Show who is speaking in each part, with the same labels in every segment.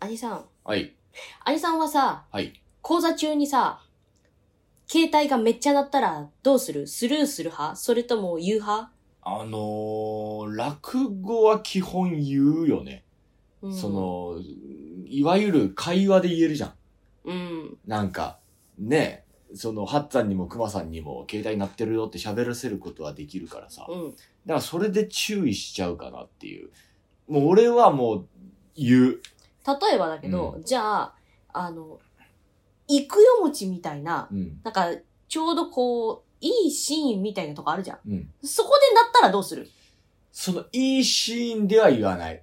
Speaker 1: アニさん。
Speaker 2: はい。
Speaker 1: アニさんはさ、
Speaker 2: はい
Speaker 1: 講座中にさ、携帯がめっちゃ鳴ったらどうするスルーする派それとも言う派、
Speaker 2: あのー、落語は基本言うよね。
Speaker 1: うん
Speaker 2: そ、の、いわゆる会話で言えるじゃん。
Speaker 1: うん。
Speaker 2: なんか、ねえ、その、ハッツさんにもクマさんにも携帯鳴ってるよって喋らせることはできるからさ。だか
Speaker 1: うん。
Speaker 2: らそれで注意しちゃうかなっていう。もう俺はもう、言う。
Speaker 1: 例えばだけど、
Speaker 2: う
Speaker 1: じゃあ、あの、行くよ餅みたいな、
Speaker 2: うん。
Speaker 1: なんか、ちょうどこう、いいシーンみたいなとこあるじゃん。
Speaker 2: うん。
Speaker 1: そこで鳴ったらどうする
Speaker 2: その、いいシーンでは言わない。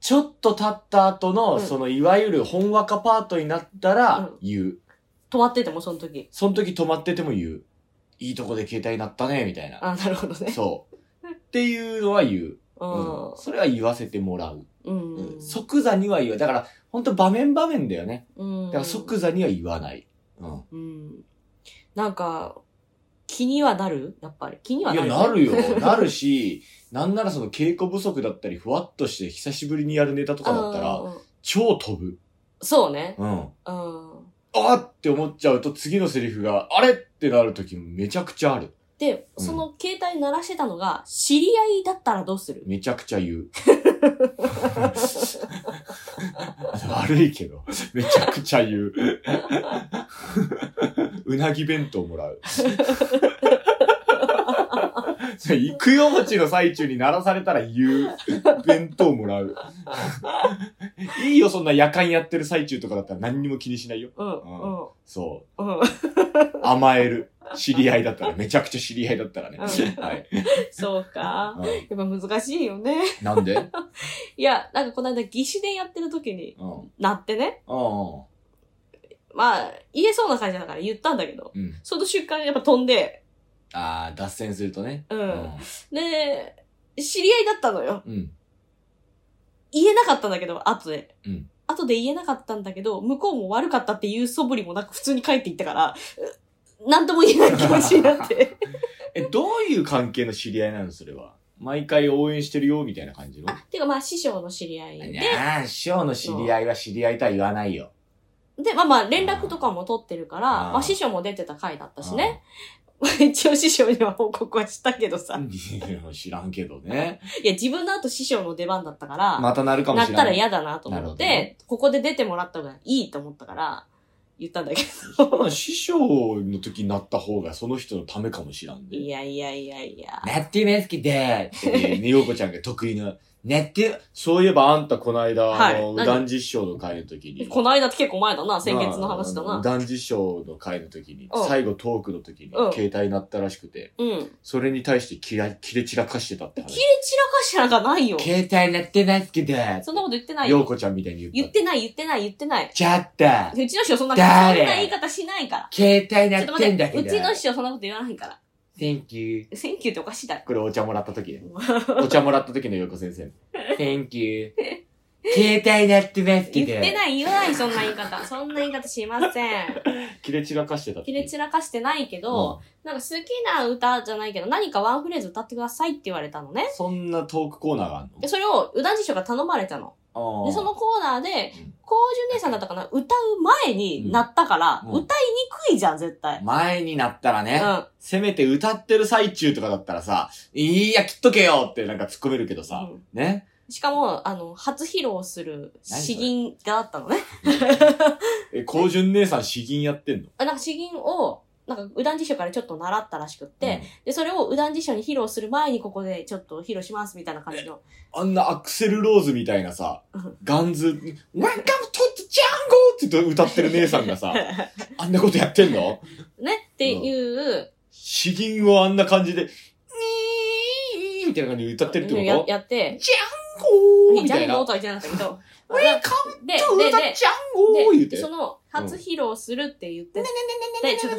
Speaker 2: ちょっと経った後の、
Speaker 1: うん
Speaker 2: その、いわゆる本若パートになったら
Speaker 1: うん、
Speaker 2: 言う。
Speaker 1: 止まってても、その時。
Speaker 2: その時止まってても言う。いいとこで携帯鳴ったね、みたいな。
Speaker 1: あ、なるほどね。
Speaker 2: そう。っていうのは言う、うん
Speaker 1: う
Speaker 2: それは言わせてもらう。
Speaker 1: ん。うん。
Speaker 2: 即座には言わだから、本当場面場面だよね。
Speaker 1: うん。
Speaker 2: だから即座には言わない。うん。
Speaker 1: うん。なんか、気にはなるやっぱり。気にはいな
Speaker 2: や、
Speaker 1: る。
Speaker 2: なるよ。 なるし、なんならその稽古不足だったり、ふわっとして久しぶりにやるネタとかだったら、
Speaker 1: うんうんうん
Speaker 2: 超飛ぶ。
Speaker 1: そうね。
Speaker 2: うん。
Speaker 1: うん。
Speaker 2: あーって思っちゃうと次のセリフが、あれってなる時もめちゃくちゃある。
Speaker 1: で、
Speaker 2: うん
Speaker 1: その携帯鳴らしてたのが、知り合いだったらどうする
Speaker 2: めちゃくちゃ言う。悪いけど、めちゃくちゃ言う。うなぎ弁当もらう。それ行くよもちの最中に鳴らされたら言う。弁当もらう。いいよ、そんな夜間やってる最中とかだったら何にも気にしないよ。
Speaker 1: うん、
Speaker 2: ん
Speaker 1: うん、
Speaker 2: そ
Speaker 1: うん。
Speaker 2: う。甘える。知り合いだったら、めちゃくちゃ知り合いだったらね。
Speaker 1: うん
Speaker 2: はい。
Speaker 1: そうか。
Speaker 2: う
Speaker 1: やっぱ難しいよね。
Speaker 2: んなんで
Speaker 1: いや、なんかこの間、義士伝やってる時に、
Speaker 2: うん。
Speaker 1: なってね。
Speaker 2: うん。
Speaker 1: まあ、言えそうな感じだから言ったんだけど、
Speaker 2: うん。
Speaker 1: その瞬間やっぱ飛んで、
Speaker 2: ああ、脱線するとね。
Speaker 1: う。
Speaker 2: うん
Speaker 1: で、知り合いだったのよ。
Speaker 2: うん。
Speaker 1: 言えなかったんだけど、後で。
Speaker 2: うん
Speaker 1: 後で言えなかったんだけど、向こうも悪かったっていう素振りもなく普通に帰っていったから、うなんとも言えない気持ちにな って。
Speaker 2: え、どういう関係の知り合いなのそれは。毎回応援してるよ、みたいな感じの。
Speaker 1: あ、てかまあ師匠の知り合い
Speaker 2: い
Speaker 1: で、
Speaker 2: やー、師匠の知り合いは知り合いとは言わないよ。
Speaker 1: で、まあまあ連絡とかも取ってるから、
Speaker 2: あー
Speaker 1: まあ師匠も出てた回だったしね。一応師匠には報告はしたけど
Speaker 2: う
Speaker 1: さ。
Speaker 2: ん。知らんけどね。
Speaker 1: いや、自分の後師匠の出番だったから、
Speaker 2: またなるかも
Speaker 1: な
Speaker 2: し
Speaker 1: っ
Speaker 2: れ
Speaker 1: た
Speaker 2: な
Speaker 1: ら
Speaker 2: い。
Speaker 1: 嫌だなと
Speaker 2: なる
Speaker 1: 思っ
Speaker 2: ほ
Speaker 1: て、
Speaker 2: どね
Speaker 1: ここで出てもらった方がいいと思ったから、言ったんだけ
Speaker 2: た
Speaker 1: ど。
Speaker 2: ら師匠の時になった方がその人のためかもしらん
Speaker 1: い
Speaker 2: で。
Speaker 1: やいやいやいや。
Speaker 2: ナッティメスキでーって、ね、ようこちゃんが得意な。ナッティ、そういえばあんたこの間、
Speaker 1: はい
Speaker 2: あの、
Speaker 1: 何
Speaker 2: 右団実証の会の時に。
Speaker 1: この間って結構前だな、先月の話だ
Speaker 2: まああ
Speaker 1: な
Speaker 2: の。男児賞の会の時に
Speaker 1: うん、
Speaker 2: 最後トークの時に
Speaker 1: うん
Speaker 2: 携帯鳴ったらしくて、
Speaker 1: うん。切れ
Speaker 2: それに対してキラ、キレ散らかしてたって話。
Speaker 1: 散らかしてなんかないよ。
Speaker 2: 携帯鳴ってないっすけど、
Speaker 1: そんなこと言ってない
Speaker 2: よう
Speaker 1: よ。
Speaker 2: こちゃんみたいに言
Speaker 1: 言っ
Speaker 2: った。
Speaker 1: てない、言ってない、言ってない。
Speaker 2: ちゃった
Speaker 1: うちの師匠そんな、そんな
Speaker 2: 誰
Speaker 1: 言い方しないから。
Speaker 2: 携帯
Speaker 1: ちょ
Speaker 2: 鳴
Speaker 1: っと
Speaker 2: っ
Speaker 1: 待
Speaker 2: て
Speaker 1: っ
Speaker 2: んだ
Speaker 1: て、
Speaker 2: け
Speaker 1: う
Speaker 2: ど。
Speaker 1: ちの師匠そんなこと言わないから。
Speaker 2: Thank you.
Speaker 1: センキューっておかしいだろ。
Speaker 2: これお茶もらった時ね。お茶もらった時のようこ先 生。Thank you. 携帯鳴ってます
Speaker 1: 言っ
Speaker 2: けど。
Speaker 1: てない、言わない、そんな言い方。そんな言い方しません。
Speaker 2: キレ散らかしてたって
Speaker 1: 切れ散らかしてないけど、なんか好きな歌じゃないけど、何かワンフレーズ歌ってくださいって言われたのね
Speaker 2: う。んそんなトークコーナーがあんの
Speaker 1: で、それを、うだん師匠が頼まれたの。
Speaker 2: あー
Speaker 1: で、そのコーナーで
Speaker 2: うん、
Speaker 1: 高純姉さんだったかな、歌う前になったから、
Speaker 2: うん
Speaker 1: 歌いにくいじゃん、絶対。
Speaker 2: 前になったら
Speaker 1: う
Speaker 2: ね。
Speaker 1: ん。
Speaker 2: せめて歌ってる最中とかだったらさ、いや、切っとけよってなんか突っ込めるけどさ、
Speaker 1: うん
Speaker 2: ね。
Speaker 1: しかも、あの、初披露する
Speaker 2: 何それ
Speaker 1: 詩吟があったのね。
Speaker 2: え、高純姉さん詩吟やってんの
Speaker 1: あなんか詩吟を、なんか、うだん辞書からちょっと習ったらしくって、、で、それをうだん辞書に披露する前にここでちょっと披露しますみたいな感じの。
Speaker 2: うんあんなアクセルローズみたいなさ
Speaker 1: うん、
Speaker 2: ガンズ、Welcome to the jungle! って言って歌ってる姉さんがさ、
Speaker 1: ね、
Speaker 2: あんなことやってんの
Speaker 1: っていう、
Speaker 2: 詩吟をあんな感じで、にーみたいな感じで歌ってるってこと
Speaker 1: ややって、
Speaker 2: ジャンゴーみ
Speaker 1: ジ
Speaker 2: た
Speaker 1: ャ
Speaker 2: い
Speaker 1: ンゴー
Speaker 2: な。
Speaker 1: とは言ってなかったけど、
Speaker 2: Welcome to
Speaker 1: で、で、
Speaker 2: the
Speaker 1: で、
Speaker 2: jungle! 言う
Speaker 1: で、
Speaker 2: て。
Speaker 1: その、初披露するって言って、で、ちょっと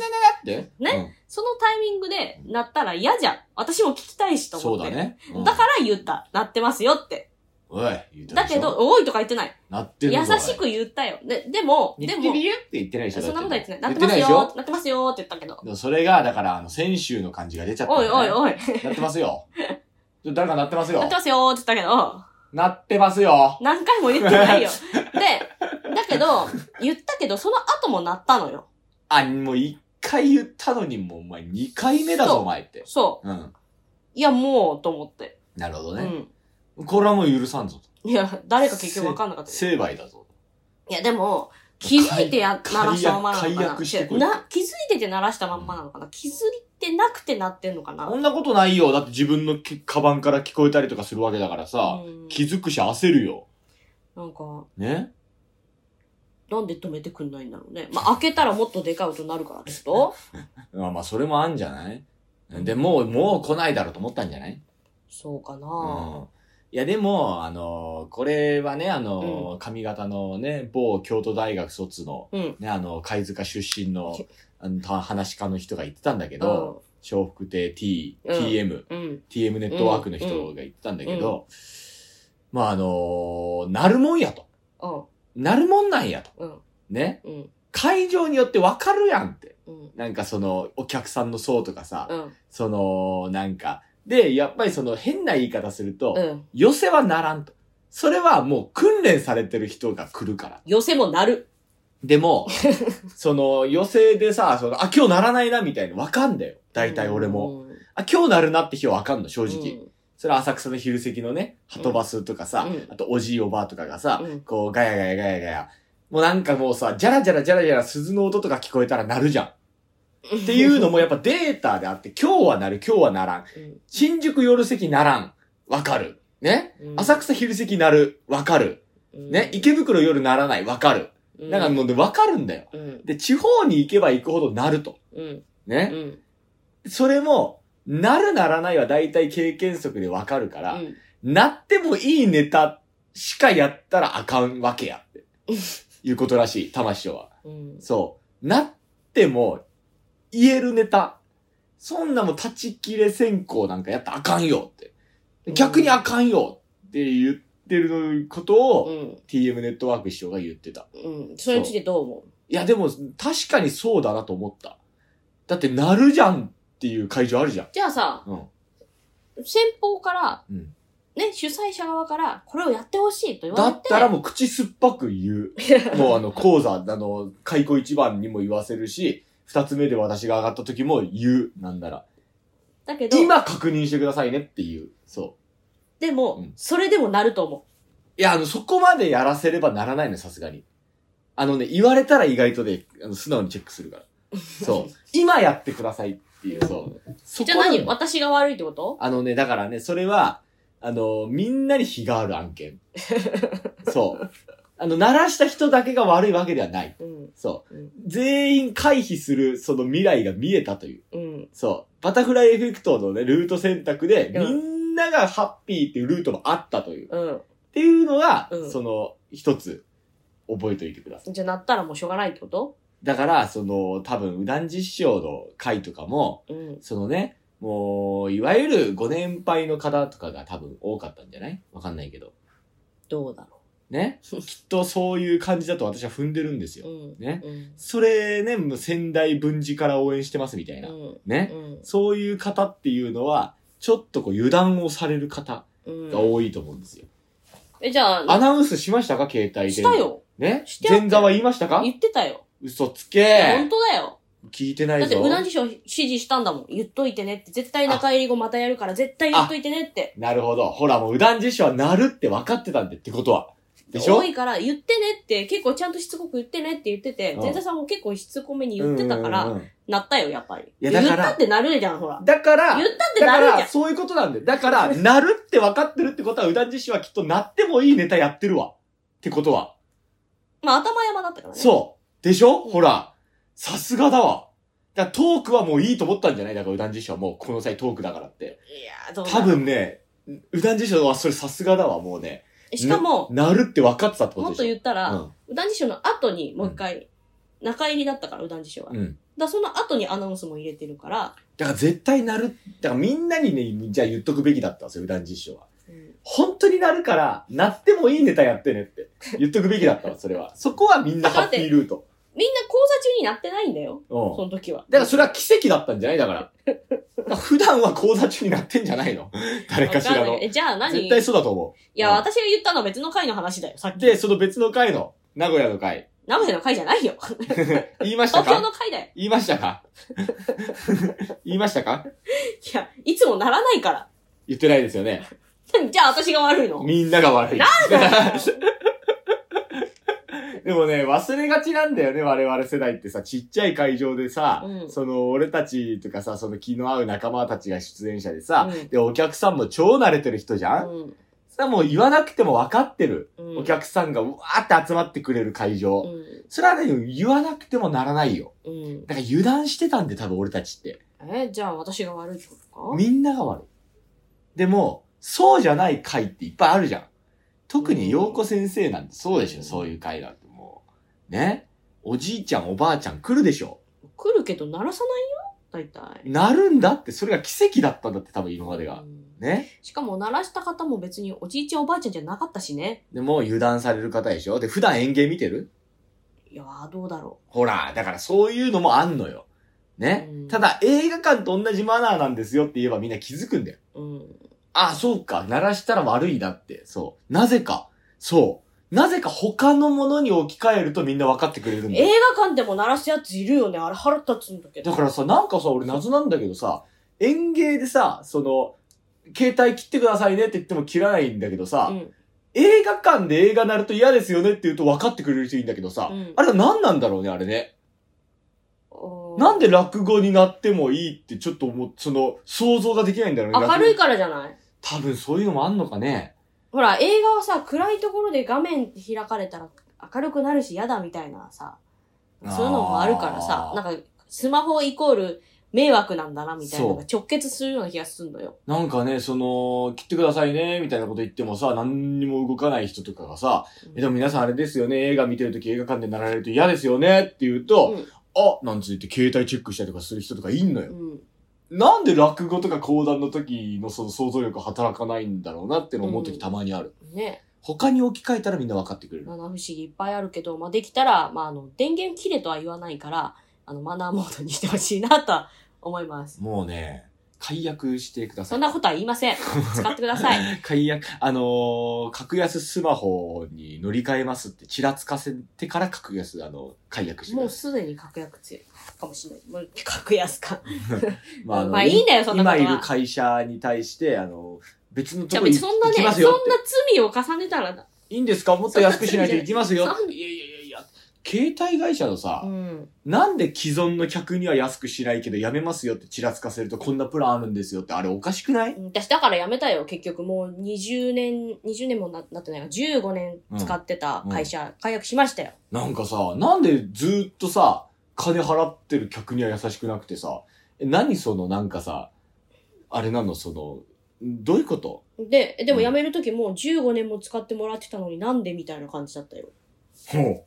Speaker 2: で
Speaker 1: ねそのタイミングで鳴ったら嫌じゃん。私も聞きたいし
Speaker 2: う
Speaker 1: と
Speaker 2: んそ
Speaker 1: 思
Speaker 2: う
Speaker 1: って。
Speaker 2: だ。ね。うん
Speaker 1: だから言った。鳴ってますよって。
Speaker 2: おい、言うてる
Speaker 1: だ
Speaker 2: でし
Speaker 1: け
Speaker 2: ょ
Speaker 1: ど、、おいとか言ってない。
Speaker 2: なって
Speaker 1: 優
Speaker 2: るぞ
Speaker 1: し。く言ったよ。で、でも、
Speaker 2: おい
Speaker 1: で
Speaker 2: 言っ
Speaker 1: も
Speaker 2: てる、よって言ってないでしょ
Speaker 1: そんなことは言ってない。鳴っ
Speaker 2: だってて
Speaker 1: ます
Speaker 2: 言ってないで
Speaker 1: よ
Speaker 2: し
Speaker 1: 鳴ってますよって言ったけど
Speaker 2: ょ。でもそれが、だから、あの、先週の感じが出ちゃった、
Speaker 1: おいおい
Speaker 2: い。
Speaker 1: おい。
Speaker 2: なってま すよ。ちょ誰かなってますよ
Speaker 1: 鳴って。ますよって言ったけど、
Speaker 2: なってますよ。
Speaker 1: 何回も言ってないよ。で、けど、言ったけど、その後も鳴ったのよ。
Speaker 2: あ、もう一回言ったのに、もうお前二回目だ
Speaker 1: そう
Speaker 2: ぞ、お前って。
Speaker 1: そ
Speaker 2: うん。
Speaker 1: う。いや、もう、と思って。
Speaker 2: なるほど
Speaker 1: う
Speaker 2: ね。
Speaker 1: ん。
Speaker 2: これはもう許さんぞと。
Speaker 1: いや、誰か結局わかんなかったけど。
Speaker 2: 成敗だぞ。
Speaker 1: いや、でも、気づいてや、
Speaker 2: 解
Speaker 1: 鳴らしたまんまなの
Speaker 2: 解
Speaker 1: か
Speaker 2: 約してこ
Speaker 1: ないな。気づいてて鳴らしたまんまなのかな。気づいてなくて鳴ってんのかな。
Speaker 2: そんなことないよ。だって自分のけカバンから聞こえたりとかするわけだからさ。
Speaker 1: うん
Speaker 2: 気づくし焦るよ。
Speaker 1: なんか、
Speaker 2: ね
Speaker 1: なんで止めてくんないんだろうね。まあ、開けたらもっとでかい音になるからってこと
Speaker 2: まあまあ、それもあんじゃないで、もう、もう来ないだろうと思ったんじゃない
Speaker 1: そうかな、
Speaker 2: うんいやでも、あのーこれはね、あのー上方のね、某京都大学卒の、
Speaker 1: うん
Speaker 2: ね、あの、貝塚出身の
Speaker 1: け、
Speaker 2: あの、た話し家の人が言ってたんだけ
Speaker 1: う
Speaker 2: ど、笑福亭 T、
Speaker 1: うん
Speaker 2: TM、
Speaker 1: ん。うん。
Speaker 2: TM ネットワークの人が言ってたんだけど、まああのーなるもんやと。
Speaker 1: うん。
Speaker 2: なるもんなんやと。
Speaker 1: うん。
Speaker 2: ね。
Speaker 1: うん。
Speaker 2: 会場によってわかるやんって。
Speaker 1: うん。
Speaker 2: なんかその、お客さんの層とかさ、
Speaker 1: うん。
Speaker 2: その、なんか、で、やっぱりその変な言い方すると、
Speaker 1: うん。
Speaker 2: 寄せはならんと。それはもう訓練されてる人が来るから。
Speaker 1: 寄せも鳴る。
Speaker 2: で も、その寄せでさ、その、あ、今日ならないなみたいなわかんだよ。大体俺も。
Speaker 1: うん。
Speaker 2: あ、今日なるなって日はわかんの、正直。
Speaker 1: うん
Speaker 2: それは浅草の昼席のね、ハトバスとかさ、
Speaker 1: うん
Speaker 2: あとおじいおばあとかがさ、
Speaker 1: うん
Speaker 2: こうガヤガヤガヤガヤ。もうなんかもうさ、ジャラジャラジャラジャラ鈴の音とか聞こえたら鳴るじゃん。っていうのもやっぱデータであって、今日は鳴る、今日はならん。新宿夜席ならん。わかる。ね
Speaker 1: うん
Speaker 2: 浅草昼席なる。わかる。ね、池袋夜ならない、わかる。
Speaker 1: うん
Speaker 2: だからもうねわかるんだよ。
Speaker 1: うん。
Speaker 2: で、地方に行けば行くほどなると。
Speaker 1: うん。う
Speaker 2: ね。
Speaker 1: ん。
Speaker 2: それも、なるならないは大体経験則でわかるから、なってもいいネタしかやったらあかんわけやって。いうことらしい、玉師匠は。
Speaker 1: うん。
Speaker 2: そう。なっても、言えるネタ。そんなもん断ち切れ選考なんかやったらあかんよって。逆にあかんよって言ってることを、
Speaker 1: うん
Speaker 2: TM ネットワーク師匠が言ってた。
Speaker 1: うん。それについてどう思う
Speaker 2: いや、でも、確かにそうだなと思った。だって、なるじゃんっていう会場あるじゃん。
Speaker 1: じゃあさ、
Speaker 2: うん。
Speaker 1: 先方から、
Speaker 2: うん
Speaker 1: ね、主催者側から、これをやってほしいと言
Speaker 2: だ
Speaker 1: われ。
Speaker 2: ってたらもう口酸っぱく言う。もうあの、講座、あの、開口一番にも言わせるし、二つ目で私が上がった時も言う。なんなら。
Speaker 1: だけど、
Speaker 2: 今確認してくださいねっていう。そ
Speaker 1: でも、
Speaker 2: うん
Speaker 1: それでもなると思
Speaker 2: う。いや、あの、そこまでやらせればならないの、さすがに。あのね、言われたら意外とで、あの、素直にチェックするから。 そう。今やってくださいっ
Speaker 1: う。
Speaker 2: ていう、そう。 そう
Speaker 1: じゃ
Speaker 2: こ
Speaker 1: あ
Speaker 2: なの
Speaker 1: 何私が悪いってこと
Speaker 2: あのね、だからね、それは、あの、みんなに非がある 案件。そう。あの、鳴らした人だけが悪いわけではない。
Speaker 1: うん。
Speaker 2: そう
Speaker 1: うん。
Speaker 2: 全員回避する、その未来が見えたという。
Speaker 1: うん。
Speaker 2: そう。バタフライエフェクトのね、ルート選択で、
Speaker 1: う
Speaker 2: み
Speaker 1: ん
Speaker 2: んながハッピーっていうルートもあったという。っ
Speaker 1: うん。
Speaker 2: ていうのが、
Speaker 1: うん
Speaker 2: その、一つ、覚えておいてください。
Speaker 1: じゃあなったらもうしょうがないってこと
Speaker 2: だから、その、多分、うだん実証の回とかも、
Speaker 1: うん。
Speaker 2: そのね、もう、いわゆるご年配の方とかが多分多かったんじゃないわかんないけど。
Speaker 1: どうだろ
Speaker 2: ね。きっとそういう感じだと私は踏んでるんです
Speaker 1: う。
Speaker 2: よ。
Speaker 1: うん。
Speaker 2: ね
Speaker 1: うん。
Speaker 2: それね、もう仙台分寺から応援してますみたいな。
Speaker 1: うん。
Speaker 2: ね。
Speaker 1: うん
Speaker 2: そういう方っていうのは、ちょっとこう油断をされる方が
Speaker 1: うん。
Speaker 2: 多いと思うんですよ。
Speaker 1: え、じゃ
Speaker 2: ア
Speaker 1: あ、
Speaker 2: ナウンスしましたか携帯で。
Speaker 1: した。よ。
Speaker 2: ね
Speaker 1: してあった
Speaker 2: 前座は言いましたか
Speaker 1: 言ってたよ。
Speaker 2: 嘘つ
Speaker 1: いや本
Speaker 2: け
Speaker 1: 当だよ。
Speaker 2: 聞いてない
Speaker 1: だ
Speaker 2: ぞ。
Speaker 1: って、うなじ賞指示したんだもん。言っといてねって。絶対中入り後またやるから、絶対言っといてねって。
Speaker 2: なるほど。ほら、もう、うだん辞書はなるって分かってたんでってことは。でしょ
Speaker 1: 多いから、言ってねって、結構ちゃんとしつこく言ってねって言ってて
Speaker 2: う、ん
Speaker 1: 前座さんも結構しつこめに言ってたか
Speaker 2: うんうん
Speaker 1: ら、
Speaker 2: うん
Speaker 1: なったよ、やっぱり。
Speaker 2: いや
Speaker 1: 言っ
Speaker 2: だから
Speaker 1: たってなるじゃん、ほら。
Speaker 2: だから、
Speaker 1: 言ったって
Speaker 2: だ
Speaker 1: な
Speaker 2: か
Speaker 1: るじゃ
Speaker 2: ら、
Speaker 1: ん。
Speaker 2: そういうことなんだよ。だから、 なるって分かってるってことは、うだん自身はきっとなってもいいネタやってるわ。ってことは。
Speaker 1: まあ、頭山だったからね。
Speaker 2: そう。でしょ、
Speaker 1: うん
Speaker 2: ほら。さすがだわ。だからトークはもういいと思ったんじゃないだから、うだん自身はもうこの際トークだからって。
Speaker 1: いやー、どうだ
Speaker 2: 多分ね、うだん自身はそれさすがだわ、もうね。
Speaker 1: しかも、
Speaker 2: なるって分かってたってこ
Speaker 1: も
Speaker 2: と
Speaker 1: っ
Speaker 2: でし
Speaker 1: と
Speaker 2: ょ
Speaker 1: 言ったら、
Speaker 2: っ
Speaker 1: うだん辞書の後にもう一回、中入りだったから、うだん辞書は。
Speaker 2: う
Speaker 1: だか
Speaker 2: ん。うん。
Speaker 1: らその後にアナウンスも入れてるから、
Speaker 2: だから絶対なる、だからみんなにね、じゃあ言っとくべきだったんですよ、うだん実証は。
Speaker 1: うん
Speaker 2: 本当になるから、なってもいいネタやってねって言っとくべきだっ たわ、それは。そこはみんなハッピールート。
Speaker 1: みんな講座中になってないんだよ、
Speaker 2: うん
Speaker 1: そ。の時は。
Speaker 2: だからそれは奇跡だったんじゃないだから。だから普段は講座中になってんじゃないの誰かしら
Speaker 1: わんな
Speaker 2: の
Speaker 1: い。えじゃあ何
Speaker 2: 絶対そうだと思
Speaker 1: いや、
Speaker 2: うん
Speaker 1: 私が言ったのは別の回の話だよ、さっ
Speaker 2: う。
Speaker 1: き。
Speaker 2: で、その別の回の、名古屋の会。
Speaker 1: 名古屋の会じゃ ないよ。
Speaker 2: 言いました
Speaker 1: 東京の
Speaker 2: か
Speaker 1: 会だよ。
Speaker 2: 言いまし たか言いましたか
Speaker 1: いや、いつもならないから。
Speaker 2: 言ってないですよね。
Speaker 1: じゃあ私が悪いの。
Speaker 2: みんなが悪い。
Speaker 1: だ
Speaker 2: でもね、忘れがちなんだよね、我々世代ってさ、ちっちゃい会場でさ、
Speaker 1: うん
Speaker 2: その、俺たちとかさ、その気の合う仲間たちが出演者でさ、
Speaker 1: うん
Speaker 2: で、お客さんも超慣れてる人じゃん、
Speaker 1: うん
Speaker 2: さ、もう言わなくても分かってる。
Speaker 1: うん
Speaker 2: お客さんがうわーって集まってくれる会場。
Speaker 1: うん
Speaker 2: それはね、言わなくてもならないよ。
Speaker 1: うん。
Speaker 2: だから油断してたんで、多分俺たちって。
Speaker 1: え、じゃあ私が悪いってことか
Speaker 2: みんなが悪い。でも、そうじゃない会っていっぱいあるじゃん。特に陽子先生なんてそうでしょ、
Speaker 1: うん
Speaker 2: そういう会なんてもう。ねおじいちゃん、おばあちゃん来るでしょ。
Speaker 1: 来るけど鳴らさないよ大体。
Speaker 2: なるんだって、それが奇跡だったんだって、多分今までが
Speaker 1: う。ん
Speaker 2: ね
Speaker 1: しかも鳴らした方も別におじいちゃんおばあちゃんじゃなかったしね。
Speaker 2: でも、油断される方でしょ。で、普段演芸見てる
Speaker 1: いやー、どうだろ
Speaker 2: ほら、だからそういうのもあんのよ。ね、
Speaker 1: うん
Speaker 2: ただ、映画館と同じマナーなんですよって言えばみんな気づくんだよ。
Speaker 1: う。うん。
Speaker 2: あそうか。鳴らしたら悪いなって。そう。なぜか。そう。なぜか他のものに置き換えるとみんな分かってくれるんだ
Speaker 1: 映
Speaker 2: よ。
Speaker 1: 画館でも鳴らすやついるよね。あれ腹立つんだけど。
Speaker 2: だからさ、なんかさ、俺謎なんだけどさ、園芸でさ、その、携帯切ってくださいねって言っても切らないんだけどさ、
Speaker 1: うん。
Speaker 2: 映画館で映画鳴ると嫌ですよねって言うと分かってくれる人いいんだけどさ、
Speaker 1: うん
Speaker 2: あれは何なんだろうね、あれね。
Speaker 1: おー
Speaker 2: なんで落語になってもいいってちょっと思う、その、想像ができないんだろうね。
Speaker 1: 明るい
Speaker 2: 落語
Speaker 1: からじゃない
Speaker 2: 多分そういうのもあんのかね。
Speaker 1: ほら、映画はさ、暗いところで画面開かれたら明るくなるし嫌だみたいなさ、そういうのもあるからさ
Speaker 2: あ、ー
Speaker 1: なんか、スマホイコール迷惑なんだなみたいなのが
Speaker 2: そ
Speaker 1: 直結するような気がするのよ。
Speaker 2: なんかね、その、切ってくださいね、みたいなこと言ってもさ、何にも動かない人とかがさ、え、でも皆さんあれですよね、映画見てるとき映画館でなられると嫌ですよね、って言うと、
Speaker 1: うん
Speaker 2: あ、なんつって携帯チェックしたりとかする人とかいんの
Speaker 1: う
Speaker 2: よ。
Speaker 1: ん。
Speaker 2: なんで落語とか講談の時のその想像力働かないんだろうなっての思うと
Speaker 1: う
Speaker 2: き
Speaker 1: ん
Speaker 2: たまにある。
Speaker 1: ね
Speaker 2: 他に置き換えたらみんな分かってくれる。
Speaker 1: 七不思議いっぱいあるけど、まあ、できたら、まあ、あの、電源切れとは言わないから、あの、マナーモードにしてほしいなとは思います。
Speaker 2: もうね、解約してくださ
Speaker 1: そ
Speaker 2: い
Speaker 1: ん。なことは言いません。使ってください。
Speaker 2: 解約、あのー格安スマホに乗り換えますってちらつかせてから格安、あの、解約してく
Speaker 1: も
Speaker 2: だ
Speaker 1: う
Speaker 2: さい。
Speaker 1: すでに格安かもしれない。もう格安か。
Speaker 2: まあ、あの
Speaker 1: まあいいんだよそんなことは
Speaker 2: 今いる会社に対して、あの、別の
Speaker 1: じ
Speaker 2: と
Speaker 1: ゃあ
Speaker 2: こに
Speaker 1: 別にそんな
Speaker 2: 行
Speaker 1: ね、
Speaker 2: き
Speaker 1: そんな
Speaker 2: ますよって。
Speaker 1: 罪を重ねたらな。
Speaker 2: いいんですかもっと安くしないと
Speaker 1: そんない
Speaker 2: きますよ。いや
Speaker 1: そん
Speaker 2: いやいやいや。携帯会社の
Speaker 1: う
Speaker 2: さ、
Speaker 1: ん。
Speaker 2: なんで既存の客には安くしないけどやめますよってちらつかせるとこんなプランあるんですよってあれおかしくない
Speaker 1: 私だからやめたよ、結局。もう20年、20年もななってないから、15年使ってた会社、解約しましたよ。
Speaker 2: なんかさ、なんでずーっとさ、金払ってる客には優しくなくてさ、え何そのなんかさ、あれなのその、どういうこと
Speaker 1: で、でも
Speaker 2: うん
Speaker 1: 辞めるときも15年も使ってもらってたのになんでみたいな感じだったよ。
Speaker 2: ほう。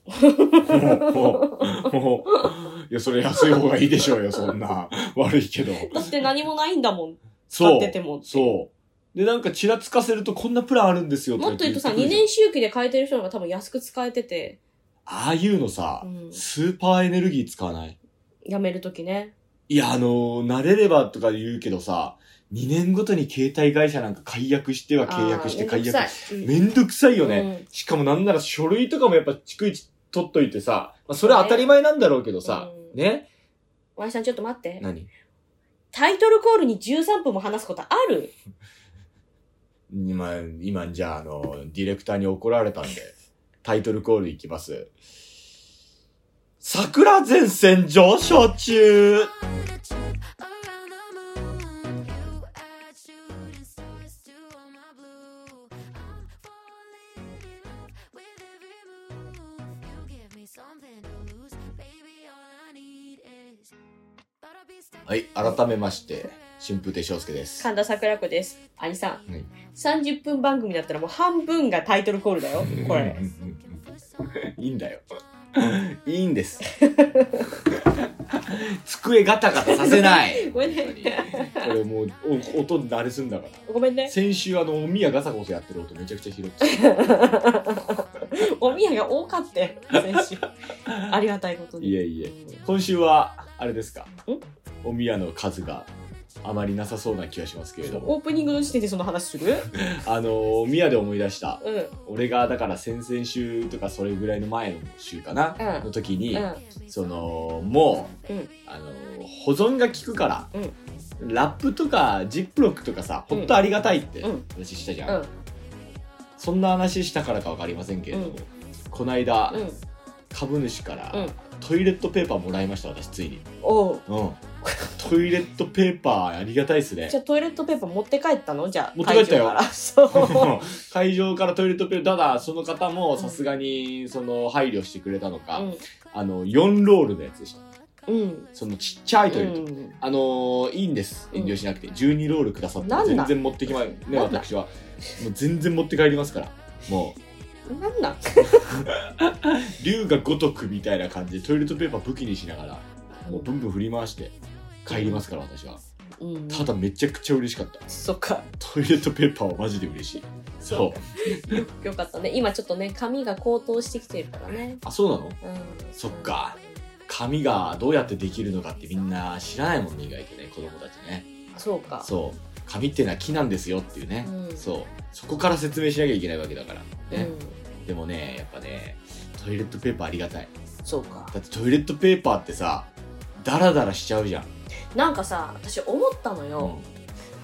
Speaker 2: ほう。ほう。いや、それ安い方がいいでしょうよ、そんな。悪いけど。
Speaker 1: だって何もないんだもん。使
Speaker 2: そ
Speaker 1: ってて
Speaker 2: う。
Speaker 1: も。
Speaker 2: そう。で、なんか、ちらつかせるとこんなプランあるんですよ、
Speaker 1: もっと言うとさ、
Speaker 2: か言
Speaker 1: 2
Speaker 2: ってくるじゃん
Speaker 1: 年周期で変えてる人の方が多分安く使えてて、
Speaker 2: ああいうのさ
Speaker 1: う、ん、
Speaker 2: スーパーエネルギー使わない
Speaker 1: 辞めるときね。
Speaker 2: いや、あのー慣れればとか言うけどさ、2年ごとに携帯会社なんか解約しては契約して
Speaker 1: あーめん
Speaker 2: 解
Speaker 1: どく
Speaker 2: 約
Speaker 1: さい。うん
Speaker 2: めんどくさいよね。
Speaker 1: うん
Speaker 2: しかもなんなら書類とかもやっぱ逐一取っといてさ、まあ、それは当たり前なんだろうけどさ、
Speaker 1: うん
Speaker 2: ね
Speaker 1: ワイさんちょっと待って。
Speaker 2: 何
Speaker 1: タイトルコールに13分も話すことある
Speaker 2: 今、今、じゃあ、あの、ディレクターに怒られたんで、タイトルコールいきます。桜前線上昇中
Speaker 3: Around the moon, you are shooting stars to all my blue. I'm falling in love with every move. You give me something to lose, baby. All I need is.
Speaker 2: はい、改めまして、春風亭昇介です。
Speaker 1: 神田桜子です。兄さん。
Speaker 2: はい
Speaker 1: 30分番組だったらもう半分がタイトルコールだよ。これ。
Speaker 2: いいんだよ。いいんです。机ガタガタさせない。
Speaker 1: ごめんね。
Speaker 2: これもう、お音慣れすんだから。
Speaker 1: ごめんね。
Speaker 2: 先週あの、おみやガサゴサやってる音めちゃくちゃ拾ってた。
Speaker 1: お宮が多かったよ。先週。ありがたいことに。
Speaker 2: いえいえ。今週は、あれですかおみやの数があまりなさそうな気がしますけれども。
Speaker 1: オープニングの時点でその話する
Speaker 2: あのー、宮で思い出した。
Speaker 1: うん。うん。
Speaker 2: 俺が、だから先々週とかそれぐらいの前の週かな、
Speaker 1: うん
Speaker 2: の時に、
Speaker 1: うん。
Speaker 2: その、もう、
Speaker 1: うん。
Speaker 2: あのー、保存が効くから、ラップとかジップロックとかさ、ほんとありがたいって
Speaker 1: うん
Speaker 2: 話したじゃん。
Speaker 1: うん。
Speaker 2: そんな話したからかわかりませんけれども、
Speaker 1: うん
Speaker 2: こないだ、
Speaker 1: うん。
Speaker 2: 株主から、
Speaker 1: うん
Speaker 2: トイレットペーパーもらいました、私、ついに。
Speaker 1: おう。
Speaker 2: うん。トイレットペーパーありがたいっすね
Speaker 1: じ。ゃあトイレットペーパー持って帰ったのじゃあ。
Speaker 2: 持って帰ったよ
Speaker 1: 会場から そう。
Speaker 2: 会場からトイレットペーパー、ただその方もさすがにその配慮してくれたのか、あの、4ロールのやつでした。
Speaker 1: うん。うん。
Speaker 2: そのちっちゃいトイレット。
Speaker 1: うん
Speaker 2: あのーいいんです。
Speaker 1: うん
Speaker 2: 遠慮しなくて。12ロールくださっても
Speaker 1: なんな
Speaker 2: 全
Speaker 1: ん
Speaker 2: 然持ってきま、ね、
Speaker 1: なんなん
Speaker 2: 私は。もう全然持って帰りますから。もう、
Speaker 1: なんなん
Speaker 2: 竜が如くみたいな感じでトイレットペーパー武器にしながら、もうブンブン振り回して帰りますから、私は。
Speaker 1: うん。
Speaker 2: ただめちゃくちゃ嬉しかった。
Speaker 1: そっか。
Speaker 2: トイレットペーパーはマジで嬉しい。そう。
Speaker 1: よかったね。今ちょっとね、髪が高騰してきてるからね。
Speaker 2: あ、そうなの
Speaker 1: うん。
Speaker 2: そっか。紙がどうやってできるのかってみんな知らないもんね意外とね子供たちね
Speaker 1: そうか。
Speaker 2: そう紙ってのは木なんですよっていうね、
Speaker 1: うん
Speaker 2: そうそこから説明しなきゃいけないわけだから
Speaker 1: う
Speaker 2: ね、
Speaker 1: ん。
Speaker 2: でもねやっぱねトイレットペーパーありがたい
Speaker 1: そうか。
Speaker 2: だってトイレットペーパーってさダラダラしちゃうじゃん、
Speaker 1: なんかさ、私思ったの
Speaker 2: う
Speaker 1: よ。
Speaker 2: ん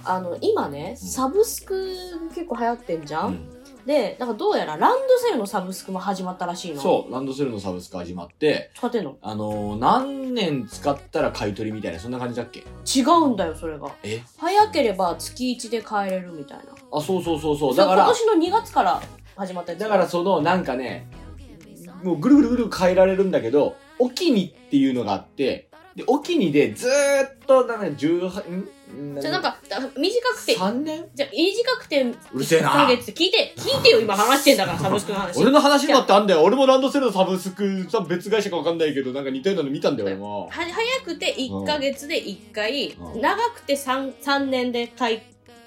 Speaker 1: あの、今ね、サブスク結構流行ってんじゃ、
Speaker 2: うんん
Speaker 1: で、なんかどうやらランドセルのサブスクも始まったらしいの。
Speaker 2: そうランドセルのサブスク始まって
Speaker 1: 使ってんの
Speaker 2: あのー何年使ったら買い取りみたいなそんな感じだっけ
Speaker 1: 違うんだよ、それが。
Speaker 2: え
Speaker 1: 早ければ月1で帰れるみたいな。
Speaker 2: あそうそうそうそう
Speaker 1: それ
Speaker 2: だから
Speaker 1: 今年の2月から始まったやつ。
Speaker 2: だからそのなんかねもうぐるぐるぐる変えられるんだけどおきにっていうのがあってでおきにでずーっとなんか18ん
Speaker 1: じゃあなんか、だ短くて、
Speaker 2: 3年
Speaker 1: じゃあ短くて、う
Speaker 2: うるせえな
Speaker 1: ヶ月聞いて、聞いてよ、今話してん だから、サブスクの話。
Speaker 2: 俺の話になってあんだよ俺もランドセルのサブスクさ別会社かわかんないけどなんか似たようなの見たんだよ俺も
Speaker 1: は早くて1ヶ月で1回、
Speaker 2: うん
Speaker 1: 長くて 3, 3年で買い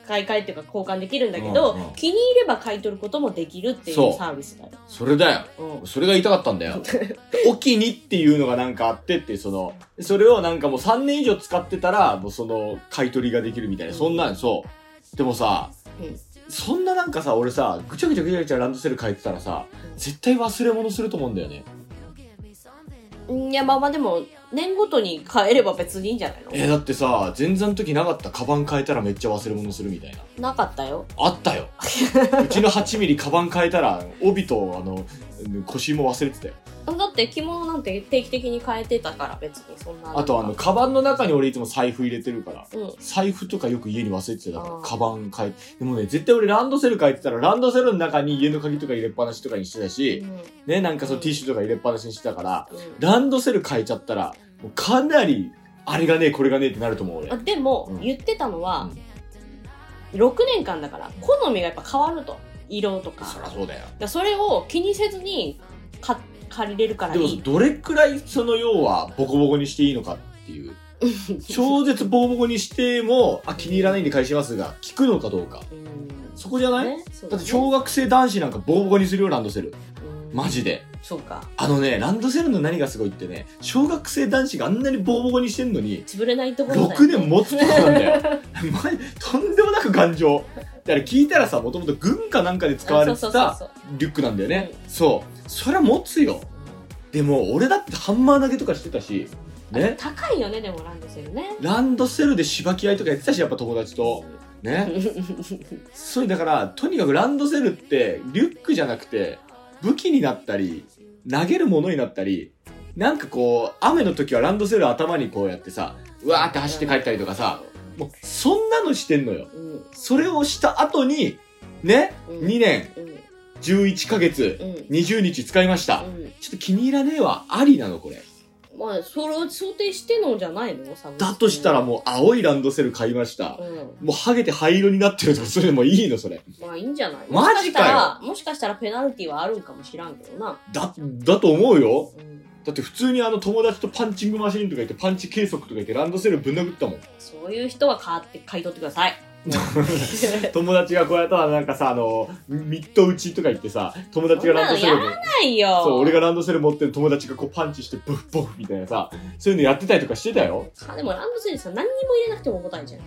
Speaker 1: 買い替えっていうか交換できるんだけど、
Speaker 2: うんうん
Speaker 1: 気に入れば買い取ることもできるっていう
Speaker 2: そう
Speaker 1: サービスだよ。
Speaker 2: それだよ
Speaker 1: うん
Speaker 2: それが言いたかったんだよおきにっていうのがなんかあってってそのそれをなんかもう3年以上使ってたらもうその買い取りができるみたいなそんなんそうでもさ
Speaker 1: うん
Speaker 2: そんななんかさ、俺さ、ぐちゃぐちゃぐちゃぐちゃランドセル変えてたらさ、絶対忘れ物すると思うんだよね。
Speaker 1: うんいやまあまあでも年ごとに変えれば別にいいんじゃないの
Speaker 2: えーだってさ、前座の時なかったカバン変えたらめっちゃ忘れ物するみたいな。
Speaker 1: なかったよ。
Speaker 2: あったよ。うちの8ミリカバン変えたら、帯とあの、腰も忘れてたよ。
Speaker 1: だって着物なんて定期的に変えてたから別にそんな。
Speaker 2: あとあの、、カバンの中に俺いつも財布入れてるから。
Speaker 1: うん。
Speaker 2: 財布とかよく家に忘れてたから
Speaker 1: あ、ー
Speaker 2: カバン変え、でもね、絶対俺ランドセル変えてたら、ランドセルの中に家の鍵とか入れっぱなしとかにしてた
Speaker 1: う
Speaker 2: し、
Speaker 1: ん
Speaker 2: ね、なんかそのティッシュとか入れっぱなしにしてたから、ランドセル変えちゃったら、もうかなり、あれがねえ、これがねえってなると思う、俺。
Speaker 1: あでも、
Speaker 2: うん
Speaker 1: 言ってたのは、6年間だから好みがやっぱ変わると色とか
Speaker 2: そりゃそうだよ。
Speaker 1: だからそれを気にせずにか借りれるから
Speaker 2: で
Speaker 1: い
Speaker 2: も
Speaker 1: い、
Speaker 2: どれくらい、その要は、ボコボコにしていいのかっていう。超絶ボコボコにしても、あ、気に入らないんで返しますが、聞くのかどうか。
Speaker 1: うん
Speaker 2: そこじゃない、
Speaker 1: ねそう
Speaker 2: だ
Speaker 1: だ
Speaker 2: って
Speaker 1: ね
Speaker 2: 小学生男子なんかボコボコにするよ、ランドセル。
Speaker 1: うん
Speaker 2: マジで。
Speaker 1: そうか
Speaker 2: あのね、ランドセルの何がすごいってね、小学生男子があんなにボコボコにしてんのに、
Speaker 1: 潰れないところだよ
Speaker 2: 6年持つってことなん だよマジとんでもなく頑丈だから聞いたらさもともと軍かなんかで使われて
Speaker 1: そうそう
Speaker 2: た
Speaker 1: そう
Speaker 2: リュックなんだよねそうそりゃ持つよでも俺だってハンマー投げとかしてたし
Speaker 1: そう
Speaker 2: ね
Speaker 1: 高いよねでもランドセルね
Speaker 2: ランドセルでしばき合いとかやってたしやっぱ友達とねそうだからとにかくランドセルってリュックじゃなくて武器になったり投げるものになったりなんかこう雨の時はランドセル頭にこうやってさうわーって走って帰ったりとかさもうそんなのしてんのよ
Speaker 1: うんうん
Speaker 2: それをした後に、ね、
Speaker 1: うん
Speaker 2: 2年、
Speaker 1: うん
Speaker 2: 11ヶ月、
Speaker 1: うん
Speaker 2: 20日使いました。ちょっと気に入らねえわ。ありなの、これ。
Speaker 1: まあそれを想定してのじゃないのサブスク
Speaker 2: だとしたらもう青いランドセル買いました
Speaker 1: う。ん
Speaker 2: もうハゲて灰色になってるとか、それもいいの、それ。
Speaker 1: まあいいんじゃない
Speaker 2: マジかよ
Speaker 1: もしかしたらもしかしたらペナルティはあるんかもしらんけどな、
Speaker 2: だ、だと思うよ。
Speaker 1: うん、
Speaker 2: だって普通にあの友達とパンチングマシーンとか言って、パンチ計測とか言ってランドセルぶん殴ったも ん。
Speaker 1: そういう人は買って買い取ってください
Speaker 2: 友達がこうやったらなんかさ、あの、ミッド打ちとか言ってさ、友達がランドセル
Speaker 1: そん
Speaker 2: で。
Speaker 1: ないよ
Speaker 2: そう、俺がランドセル持ってる友達がこうパンチしてブッブッみたいなさ、そういうのやってたりとかしてたよ。
Speaker 1: あでもランドセルさ何にも入れなくても重たいじゃん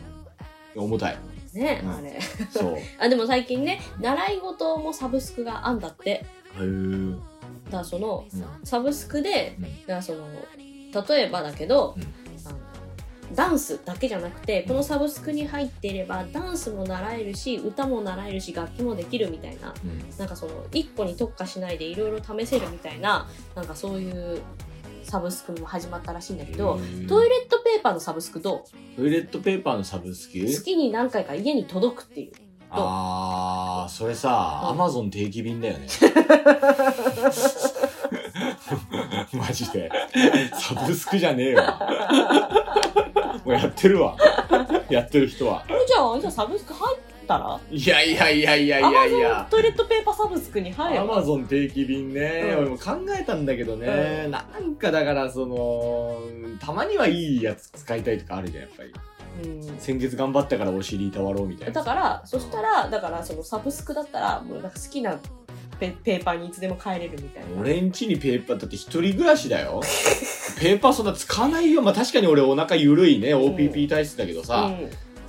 Speaker 2: 重たい。
Speaker 1: ね、
Speaker 2: うん
Speaker 1: あれ。
Speaker 2: そう。へ
Speaker 1: あ、でも最近ね、習い事もサブスクがあんだって。
Speaker 2: え。うん。
Speaker 1: だからその、
Speaker 2: うん
Speaker 1: サブスクで、
Speaker 2: うん
Speaker 1: だからその、例えばだけど、
Speaker 2: うん
Speaker 1: あのダンスだけじゃなくて、このサブスクに入っていれば、ダンスも習えるし、歌も習えるし、楽器もできるみたいな、なんかその、一個に特化しないでいろいろ試せるみたいな、なんかそういうサブスクも始まったらしいんだけど、
Speaker 2: へえ
Speaker 1: トイレットペーパーのサブスクどう
Speaker 2: トイレットペーパーのサブスク
Speaker 1: 月に何回か家に届くっていう。
Speaker 2: あー、それさ、ア
Speaker 1: うん
Speaker 2: マゾン定期便だよね。 マジで。サブスクじゃねえわ。もうやってるわ。やってる人は。
Speaker 1: これじゃあ、じゃあサブスク入ったら
Speaker 2: いやいやいやいやい
Speaker 1: アマ
Speaker 2: やい
Speaker 1: ゾン
Speaker 2: や。
Speaker 1: トイレットペーパーサブスクに入れ
Speaker 2: ア
Speaker 1: ば
Speaker 2: マゾン定期便ね、
Speaker 1: うん
Speaker 2: 俺も考えたんだけどね、なんかだからそのたまにはいいやつ使いたいとかあるじゃんやっぱり
Speaker 1: うん
Speaker 2: 先月頑張ったからお尻いたわろうみたいな
Speaker 1: だからそしたらだからそのサブスクだったらもうなんか好きなペペーパーにいつでも変えれるみたいな
Speaker 2: 俺んちにペーパーだって一人暮らしだよ ペーパーそんな使わないよまあ確かに俺お腹ゆるいね OPP 体質だけどさ、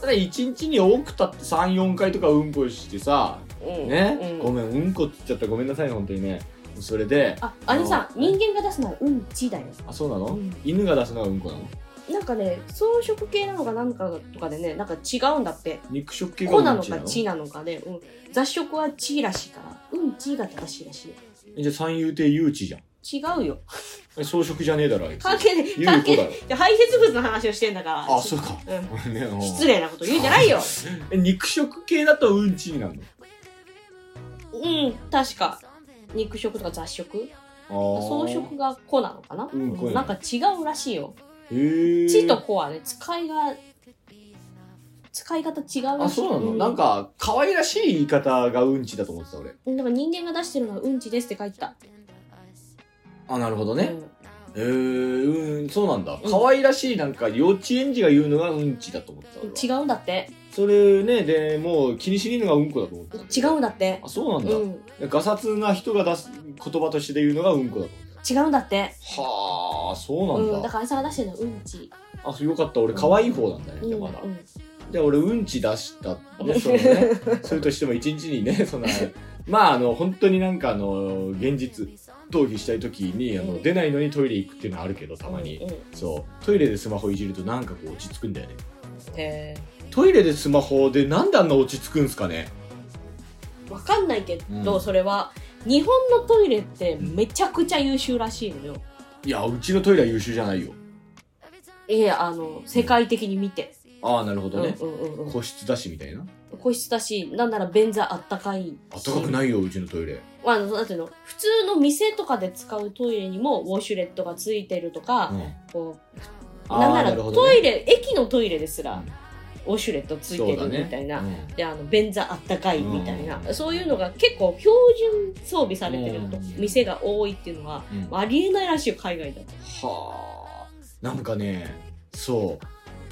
Speaker 2: ただ一日に多くたって34回とかうんこしてさ
Speaker 1: うんうん
Speaker 2: ね、
Speaker 1: うん
Speaker 2: ごめんうんこって言っちゃったごめんなさいね本当にねそれで
Speaker 1: ああのさ
Speaker 2: あの
Speaker 1: 人間が出すのはうんちだよ
Speaker 2: あそうなの、
Speaker 1: うん
Speaker 2: 犬が出すのはうんこなの
Speaker 1: なんかね草食系なのかなんかとかでねなんか違うんだって
Speaker 2: 肉食系が
Speaker 1: 子な
Speaker 2: うん
Speaker 1: の
Speaker 2: ちな
Speaker 1: か
Speaker 2: の
Speaker 1: ちなのかで、うん、雑食はちらしいからうんちが正しいらし
Speaker 2: えじゃあ三遊亭誘致じゃん
Speaker 1: いよ違うよ
Speaker 2: え装飾じゃねえだろあい つ
Speaker 1: 関係ない
Speaker 2: 言う
Speaker 1: 関
Speaker 2: 子
Speaker 1: 係な
Speaker 2: だろ
Speaker 1: いじゃあ排泄物の話をしてんだから
Speaker 2: あそうか
Speaker 1: うん
Speaker 2: 俺ねうん
Speaker 1: 失礼なこと言うんじゃないよ
Speaker 2: え肉食系だとうんちになるの
Speaker 1: うん確か肉食とか雑食
Speaker 2: あー
Speaker 1: 草食が「子」なのかな、
Speaker 2: うんこ
Speaker 1: なんか違うらしいよ
Speaker 2: へ
Speaker 1: 「
Speaker 2: ー
Speaker 1: ち」と「子」はね使いが使い方違うらしい
Speaker 2: あそうなの、
Speaker 1: う
Speaker 2: なんか可愛らしい言い方がうんちだと思ってた俺
Speaker 1: なんか人間が出してるのは「うんちです」って書いてた
Speaker 2: あなるほど
Speaker 1: う
Speaker 2: ね
Speaker 1: ん
Speaker 2: へえうんそうなんだ
Speaker 1: うん
Speaker 2: 可愛らしいなんか幼稚園児が言うのがうんちだと思ってた俺は
Speaker 1: 違うんだって
Speaker 2: それねでもう気にしねえのがうんこだと思ってた
Speaker 1: 違うんだって
Speaker 2: あそうなんだ、
Speaker 1: うん
Speaker 2: ガサツな人が出す言葉として言うのがうんこだと思って
Speaker 1: 違うんだって
Speaker 2: たはあそうなんだ、
Speaker 1: うん、だからあいつが出してるのは「うんち
Speaker 2: あ、そうよかった。俺、可愛い方なんだ」ね。
Speaker 1: う
Speaker 2: じゃ
Speaker 1: ん
Speaker 2: あまだ。
Speaker 1: うん
Speaker 2: じゃあ、俺、うんち出した。 ね、そのね。それとしても、一日に ね、その、まあ、あの、本当になんか、あの、現実、逃避したい時に、あ
Speaker 1: う
Speaker 2: の、
Speaker 1: ん
Speaker 2: 出ないのにトイレ行くっていうのはあるけど、たまに。
Speaker 1: うん
Speaker 2: そう。トイレでスマホいじると、なんかこう、落ち着くんだよね。
Speaker 1: へ
Speaker 2: トイレでスマホで、なんであんな落ち着くんすかね
Speaker 1: ーわかんないけど、
Speaker 2: うん
Speaker 1: それは日本のトイレってめちゃくちゃ優秀らしいのよ
Speaker 2: いや、うちのトイレは優秀じゃないよ。
Speaker 1: いやあの世界的に見て、
Speaker 2: ああ、なるほ
Speaker 1: う
Speaker 2: ど
Speaker 1: ん
Speaker 2: ね。
Speaker 1: うんうんうん、
Speaker 2: 個室だし、みたいな。
Speaker 1: 個室だし、なんなら便座あったかいし。
Speaker 2: あったかくないよ、うちのトイレ。
Speaker 1: まあ、なんていうの、普通の店とかで使うトイレにもウォシュレットがついてるとか
Speaker 2: う、ん。
Speaker 1: こう、
Speaker 2: あ
Speaker 1: なん
Speaker 2: あ
Speaker 1: な
Speaker 2: ー、
Speaker 1: ら
Speaker 2: なるほど
Speaker 1: ト
Speaker 2: ね。
Speaker 1: イレ、駅のトイレですら、ウォシュレットついて
Speaker 2: そ
Speaker 1: る
Speaker 2: うだね
Speaker 1: みたいな。
Speaker 2: うん
Speaker 1: で、あの、便座あったかいみたいな、
Speaker 2: うん
Speaker 1: そういうのが結構標準装備されてると、
Speaker 2: うん
Speaker 1: 店が多いっていうのは、
Speaker 2: うん
Speaker 1: ありえないらしいよ、海外だと。
Speaker 2: はあなんかねそ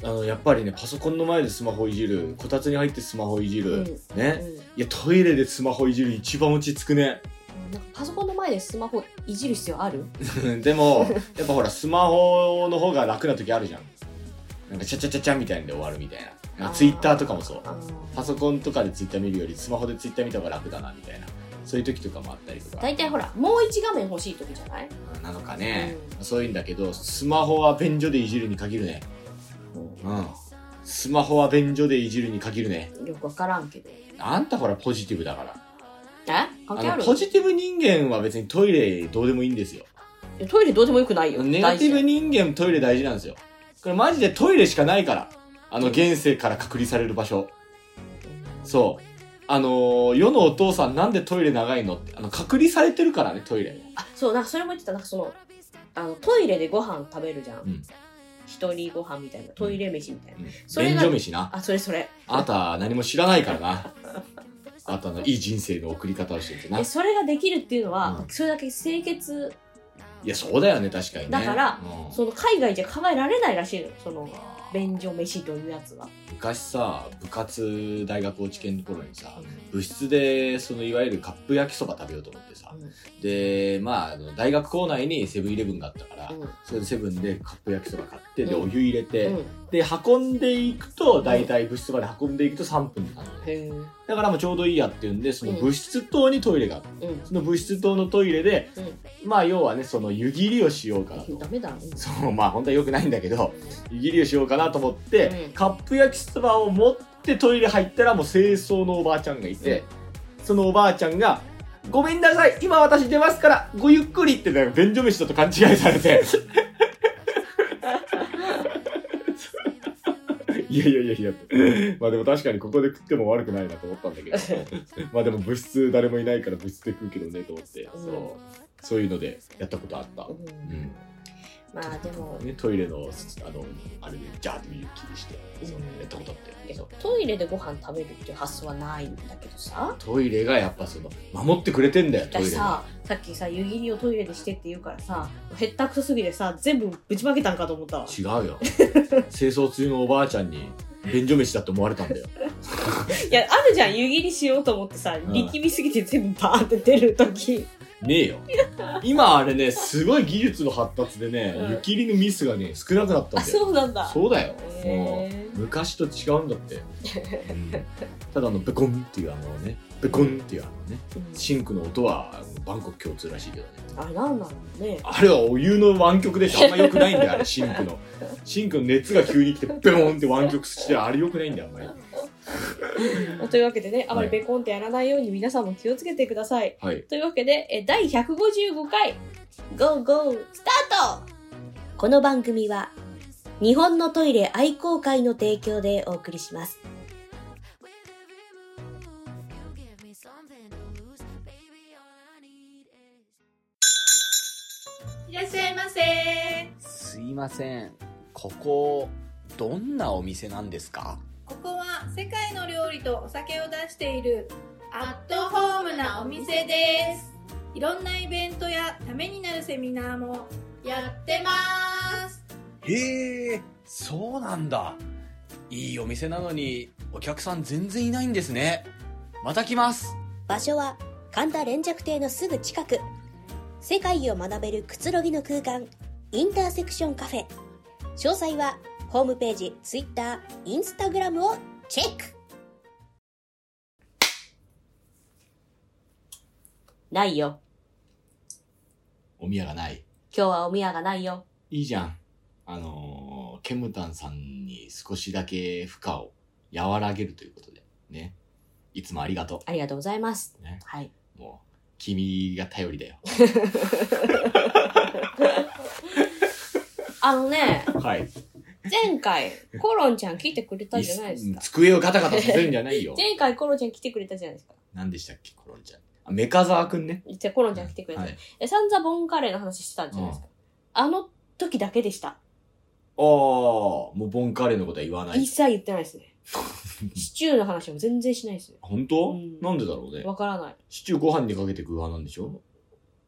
Speaker 2: うあのやっぱりねパソコンの前でスマホいじるこたつに入ってスマホいじる、
Speaker 1: うん
Speaker 2: ね
Speaker 1: う
Speaker 2: いやトイレでスマホいじる一番落ち着くね
Speaker 1: ん、なんかパソコンの前でスマホいじる必要ある
Speaker 2: でもやっぱほらスマホの方が楽な時あるじゃんなんかチャチャチャチャみたいんで終わるみたいな
Speaker 1: あー
Speaker 2: ツイッターとかもそう
Speaker 1: あの
Speaker 2: パソコンとかでツイッター見るよりスマホでツイッター見た方が楽だなみたいなそういう時とかもあったりとか
Speaker 1: 大体ほら、もう一画面欲しい時じゃない
Speaker 2: なのかね、
Speaker 1: う
Speaker 2: そういうんだけどスマホは便所でいじるに限るねうんスマホは便所でいじるに限るね
Speaker 1: よくわからんけど。
Speaker 2: あんたほらポジティブだから
Speaker 1: え関係ある
Speaker 2: のポジティブ人間は別にトイレどうでもいいんですよ
Speaker 1: いやトイレどうでもよくないよ。
Speaker 2: ネガティブ
Speaker 1: 大事
Speaker 2: 人間トイレ大事なんですよこれマジでトイレしかないからあの現世から隔離される場所そうあのー世のお父さんなんでトイレ長いのってあの隔離されてるからねトイレ
Speaker 1: あ、そう、なんかそれも言ってた。なんかその、あの、トイレでご飯食べるじゃん。
Speaker 2: うん
Speaker 1: 一人ご飯みたいな。トイレ飯みたいな。それ
Speaker 2: 便
Speaker 1: が
Speaker 2: 所飯な
Speaker 1: あ、それそれ。
Speaker 2: あなたは何も知らないからなあなたのいい人生の送り方をしてるってな
Speaker 1: え、
Speaker 2: い
Speaker 1: それができるっていうのは、
Speaker 2: うん
Speaker 1: それだけ清潔、
Speaker 2: やそうだよね確かにね
Speaker 1: だから
Speaker 2: うん
Speaker 1: その海外じゃ考えられないらしいのよ。その、便所飯というやつは。
Speaker 2: 昔さ部活大学落ち研の頃にさ部室でそのいわゆるカップ焼きそば食べようと思ってさでまああの大学構内にセブンイレブンがあったからから、
Speaker 1: うん
Speaker 2: それでセブンでカップ焼きそば買って、で、
Speaker 1: うん
Speaker 2: お湯入れて、
Speaker 1: うん
Speaker 2: で、運んでいくと、だいたい物質まで運んでいくと3分なのね。
Speaker 1: へえうん
Speaker 2: だからもうちょうどいいやっていうんで、その物質棟にトイレがある。その物質棟のトイレで、まあ要はね、その湯切りをしようかな
Speaker 1: う
Speaker 2: と
Speaker 1: んダ。メだうん
Speaker 2: そう、まあ本当は良くないんだけど、湯切りをしようかなと思って、
Speaker 1: うん
Speaker 2: カップ焼きそばを持ってトイレ入ったらもう清掃のおばあちゃんがいて、そのおばあちゃんが、ごめんなさい、今私出ますから、ごゆっくりって、なんか便所飯だと勘違いされ て。いやいやいやいや、まあでも確かにここで食っても悪くないなと思ったんだけど、まあでも物質誰もいないから物質で食うけどねと思って、
Speaker 1: うん
Speaker 2: そう、そういうのでやったことあった。
Speaker 1: う
Speaker 2: うんん
Speaker 1: まあでも
Speaker 2: ね、トイレのあのあれでジャーって見る気にしてそうねやったことあってそう
Speaker 1: トイレでご飯食べるっていう発想はないんだけどさ
Speaker 2: トイレがやっぱその守ってくれてんだよトイ
Speaker 1: 私
Speaker 2: レが
Speaker 1: ささっきさ湯切りをトイレでしてって言うからさへったくそすぎてさ全部ぶちまけたんかと思ったわ
Speaker 2: 違うよ清掃中のおばあちゃんに便所飯だって思われたんだよ
Speaker 1: いやあるじゃん湯切りしようと思ってさ
Speaker 2: ん
Speaker 1: 力みすぎて全部バーって出る 時
Speaker 2: ねえよ今あれねすごい技術の発達でね、
Speaker 1: うん
Speaker 2: 湯切りのミスがね少なくなった
Speaker 1: あ
Speaker 2: んだよ
Speaker 1: そうなんだ
Speaker 2: そうだよ、
Speaker 1: へえ
Speaker 2: うん昔と違うんだって、うんただあのベコンっていうあのねベコンっていうあのね
Speaker 1: うん
Speaker 2: シンクの音はあのバンコク共通らしいけどね
Speaker 1: あれなんなのね
Speaker 2: あれはお湯の湾曲でしょあんま良くないんだよ、あれ、シンクの。シンクの熱が急に来て、ベロンって湾曲して、あれ良くないんだよ、あんまり。
Speaker 1: まあというわけでねあまり
Speaker 2: はい
Speaker 1: ベコンってやらないように皆さんも気をつけてください
Speaker 2: はい。
Speaker 1: というわけで、えー第155回、GO!GO! スタートこの番組は、日本のトイレ愛好会の提供でお送りします。
Speaker 3: With every move, you give me something to lose. Baby, all I need is.
Speaker 1: いらっしゃいませ
Speaker 2: すいません。ここ、どんなお店なんですか
Speaker 4: ここは世界の料理とお酒を出しているアットホームなお店ですいろんなイベントやためになるセミナーもやってます
Speaker 2: へえ、そうなんだ。いいお店なのに、お客さん全然いないんですね。また来ます。
Speaker 5: 場所は神田連雀亭のすぐ近く世界を学べるくつろぎの空間インターセクションカフェ詳細はホームページ Twitter インスタグラムをチェック
Speaker 1: ないよ。
Speaker 2: お宮がない。
Speaker 1: 今日はお宮がないよ。
Speaker 2: いいじゃん。あのー、ケムタンさんに少しだけ負荷を和らげるということで、ね。いつもありがと
Speaker 1: ありがとうございます。
Speaker 2: う。ね。
Speaker 1: はい。
Speaker 2: もう、君が頼りだよ。
Speaker 1: あのね、
Speaker 2: はい。
Speaker 1: 前回、コロンちゃん来てくれたじゃないですか。。
Speaker 2: 机をガタガタさせるんじゃないよ
Speaker 1: 前回コロンちゃん来てくれたじゃないですか。
Speaker 2: 何でしたっけ、コロンちゃん。あ、メカザワくんね。
Speaker 1: じゃあコロンちゃん来てくれた。
Speaker 2: はい。
Speaker 1: え、散々ボンカレーの話してたんじゃないですか。あの時だけでした。
Speaker 2: ああ、もうボンカレーのことは言わない
Speaker 1: 一。切言ってないです ね。シチューの話も全然しないですね。
Speaker 2: 本当、
Speaker 1: うん
Speaker 2: なんでだろうね。
Speaker 1: わからない。
Speaker 2: シチューご飯にかけて食う派なんでしょ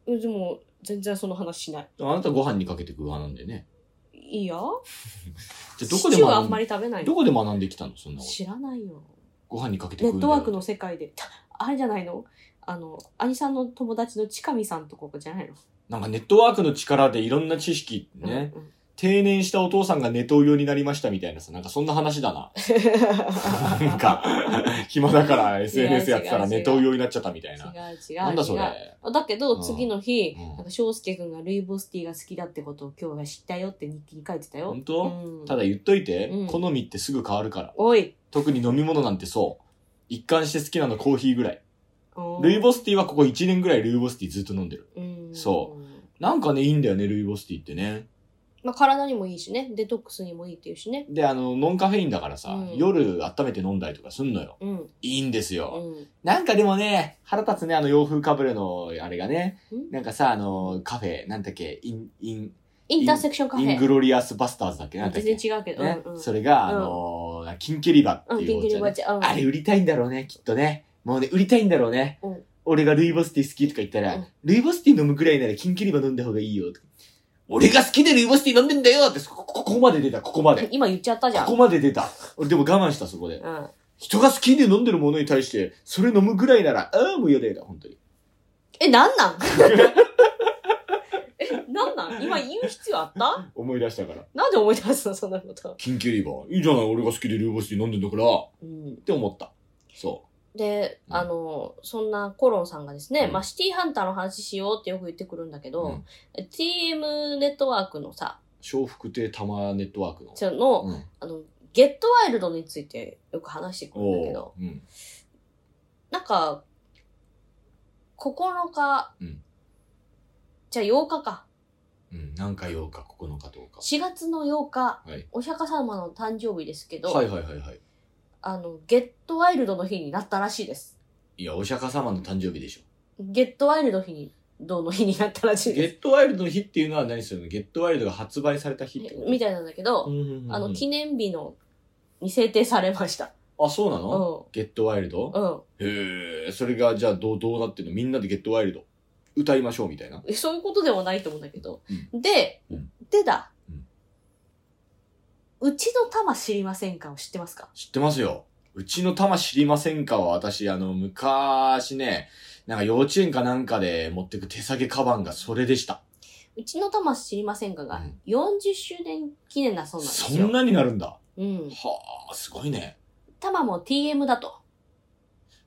Speaker 1: うんでも、全然その話しない。
Speaker 2: あなたご飯にかけて食う派なんでね。
Speaker 1: いいや
Speaker 2: じゃあどこで
Speaker 1: シチューはあんま
Speaker 2: 学ん
Speaker 1: り食べない
Speaker 2: どこで学んできたのそんなこと。
Speaker 1: 知らないよ。
Speaker 2: ご飯にかけて
Speaker 1: ネ
Speaker 2: 食う
Speaker 1: ッ
Speaker 2: んだ
Speaker 1: ト
Speaker 2: よ
Speaker 1: ワークの世界で。たあれじゃないのあの、兄さんの友達の近見さんとこじゃないの
Speaker 2: なんかネットワークの力でいろんな知識ね、。
Speaker 1: うんうん
Speaker 2: 定年したお父さんがネトウヨになりましたみたいなさ、なんかそんな話だ な。なんか、暇だから SNS やってたらネトウヨになっちゃったみたいな。
Speaker 1: 違う違う。
Speaker 2: なんだそれ
Speaker 1: 違。うだけど、
Speaker 2: うん
Speaker 1: 次の日、
Speaker 2: うん
Speaker 1: なんか翔介くんがルイボスティーが好きだってことを今日は知ったよって日記に書いてたよ
Speaker 2: 本。当、
Speaker 1: うん
Speaker 2: ただ言っといて、
Speaker 1: うん
Speaker 2: 好みってすぐ変わるから。
Speaker 1: おい。
Speaker 2: 特に飲み物なんてそう。一貫して好きなのコーヒーぐらい。ルイボスティーはここ1年ぐらいルイボスティーずっと飲んでる。
Speaker 1: うん
Speaker 2: そ
Speaker 1: うん。
Speaker 2: なんかね、いいんだよね、ルイボスティーってね。
Speaker 1: まあ、体にもいいしね。デトックスにもいいっていうしね。
Speaker 2: で、あの、ノンカフェインだからさ、
Speaker 1: うん
Speaker 2: 夜温めて飲んだりとかすんのよ。
Speaker 1: うん。
Speaker 2: いいんですよ。
Speaker 1: うん。
Speaker 2: なんかでもね、腹立つね、あの洋風かぶれの、あれがね。
Speaker 1: ん
Speaker 2: なんかさ、あの、カフェ、なんだっけ、イン、イン、
Speaker 1: インターセクションカフ
Speaker 2: イン
Speaker 1: ェ。
Speaker 2: グロリアスバスターズだっけ、なんだっけ。
Speaker 1: 全然違うけど。
Speaker 2: ね
Speaker 1: うんうん
Speaker 2: それが、あの、キンケリバっ
Speaker 1: う
Speaker 2: て
Speaker 1: ん、
Speaker 2: い
Speaker 1: ピン
Speaker 2: うお
Speaker 1: クリ
Speaker 2: 茶
Speaker 1: ボ
Speaker 2: ね。
Speaker 1: チ。うん
Speaker 2: あれ売りたいんだろうね、きっとね。もうね、売りたいんだろうね。
Speaker 1: うん
Speaker 2: 俺がルイボスティー好きとか言ったら、
Speaker 1: うん
Speaker 2: ルイボスティー飲むくらいならキンケリバ飲んだ方がいいよ。俺が好きでルイボスティー飲んでんだよって、こここまで出た、ここまで。
Speaker 1: 今言っちゃったじゃ
Speaker 2: こ
Speaker 1: ん。
Speaker 2: こまで出た。俺でも我慢した、そこで。
Speaker 1: うん。
Speaker 2: 人が好きで飲んでるものに対して、それ飲むぐらいなら、ああ、もう嫌だよだ、本当に。
Speaker 1: え、なんなんえ、なんなん今言う必要あった
Speaker 2: 思い出したから。
Speaker 1: なんで思い出すのそんなこと。
Speaker 2: 緊急リバー。いいじゃない、俺が好きでルーボスティー飲んでんだから。っ
Speaker 1: うん、
Speaker 2: て思った。そ
Speaker 1: で、
Speaker 2: うん
Speaker 1: あの、そんなコロンさんがですね、
Speaker 2: うん
Speaker 1: まあ、シティハンターの話しようってよく言ってくるんだけ
Speaker 2: う。
Speaker 1: ど、
Speaker 2: うん。
Speaker 1: TM ネットワークのさ、
Speaker 2: 笑福亭玉ネットワークの。
Speaker 1: ちょの、
Speaker 2: うん。
Speaker 1: あの、ゲットワイルドについてよく話してくるんだけど
Speaker 2: お、ーうん。
Speaker 1: なんか、9日、
Speaker 2: うん
Speaker 1: じゃあ8日か、
Speaker 2: うん。何か8日、9日、10日。
Speaker 1: 4月の8日、
Speaker 2: はい
Speaker 1: お釈迦様の誕生日ですけど、
Speaker 2: はいはいはいはい。
Speaker 1: あの、ゲットワイルドの日になったらしいです。
Speaker 2: いや、お釈迦様の誕生日でしょ。
Speaker 1: ゲットワイルド日に、どうの日になったらしい
Speaker 2: ゲ
Speaker 1: です。
Speaker 2: ットワイルドの日っていうのは何するのゲットワイルドが発売された日ってこと
Speaker 1: みたいなんだけど、
Speaker 2: うんうんうん
Speaker 1: あの、記念日の、に制定されました。
Speaker 2: あ、そうな
Speaker 1: う
Speaker 2: の
Speaker 1: ん。
Speaker 2: ゲットワイルド
Speaker 1: うん。
Speaker 2: へえ、それがじゃあどう、どうなってんのみんなでゲットワイルド歌いましょうみたいな。
Speaker 1: えそういうことではないと思うんだけど。で、
Speaker 2: うん
Speaker 1: でだ
Speaker 2: うん。
Speaker 1: うちの玉知りませんかを知ってますか
Speaker 2: 知ってますよ。うちの玉知りませんかは私、あの、昔ね、なんか幼稚園かなんかで持ってく手提げカバンがそれでした。
Speaker 1: うちの玉知りませんかが
Speaker 2: うん
Speaker 1: 40周年記念だそうなんです
Speaker 2: そ
Speaker 1: よ。
Speaker 2: んなになるんだ。
Speaker 1: うん。
Speaker 2: はあ、すごいね。
Speaker 1: 玉も TM だと。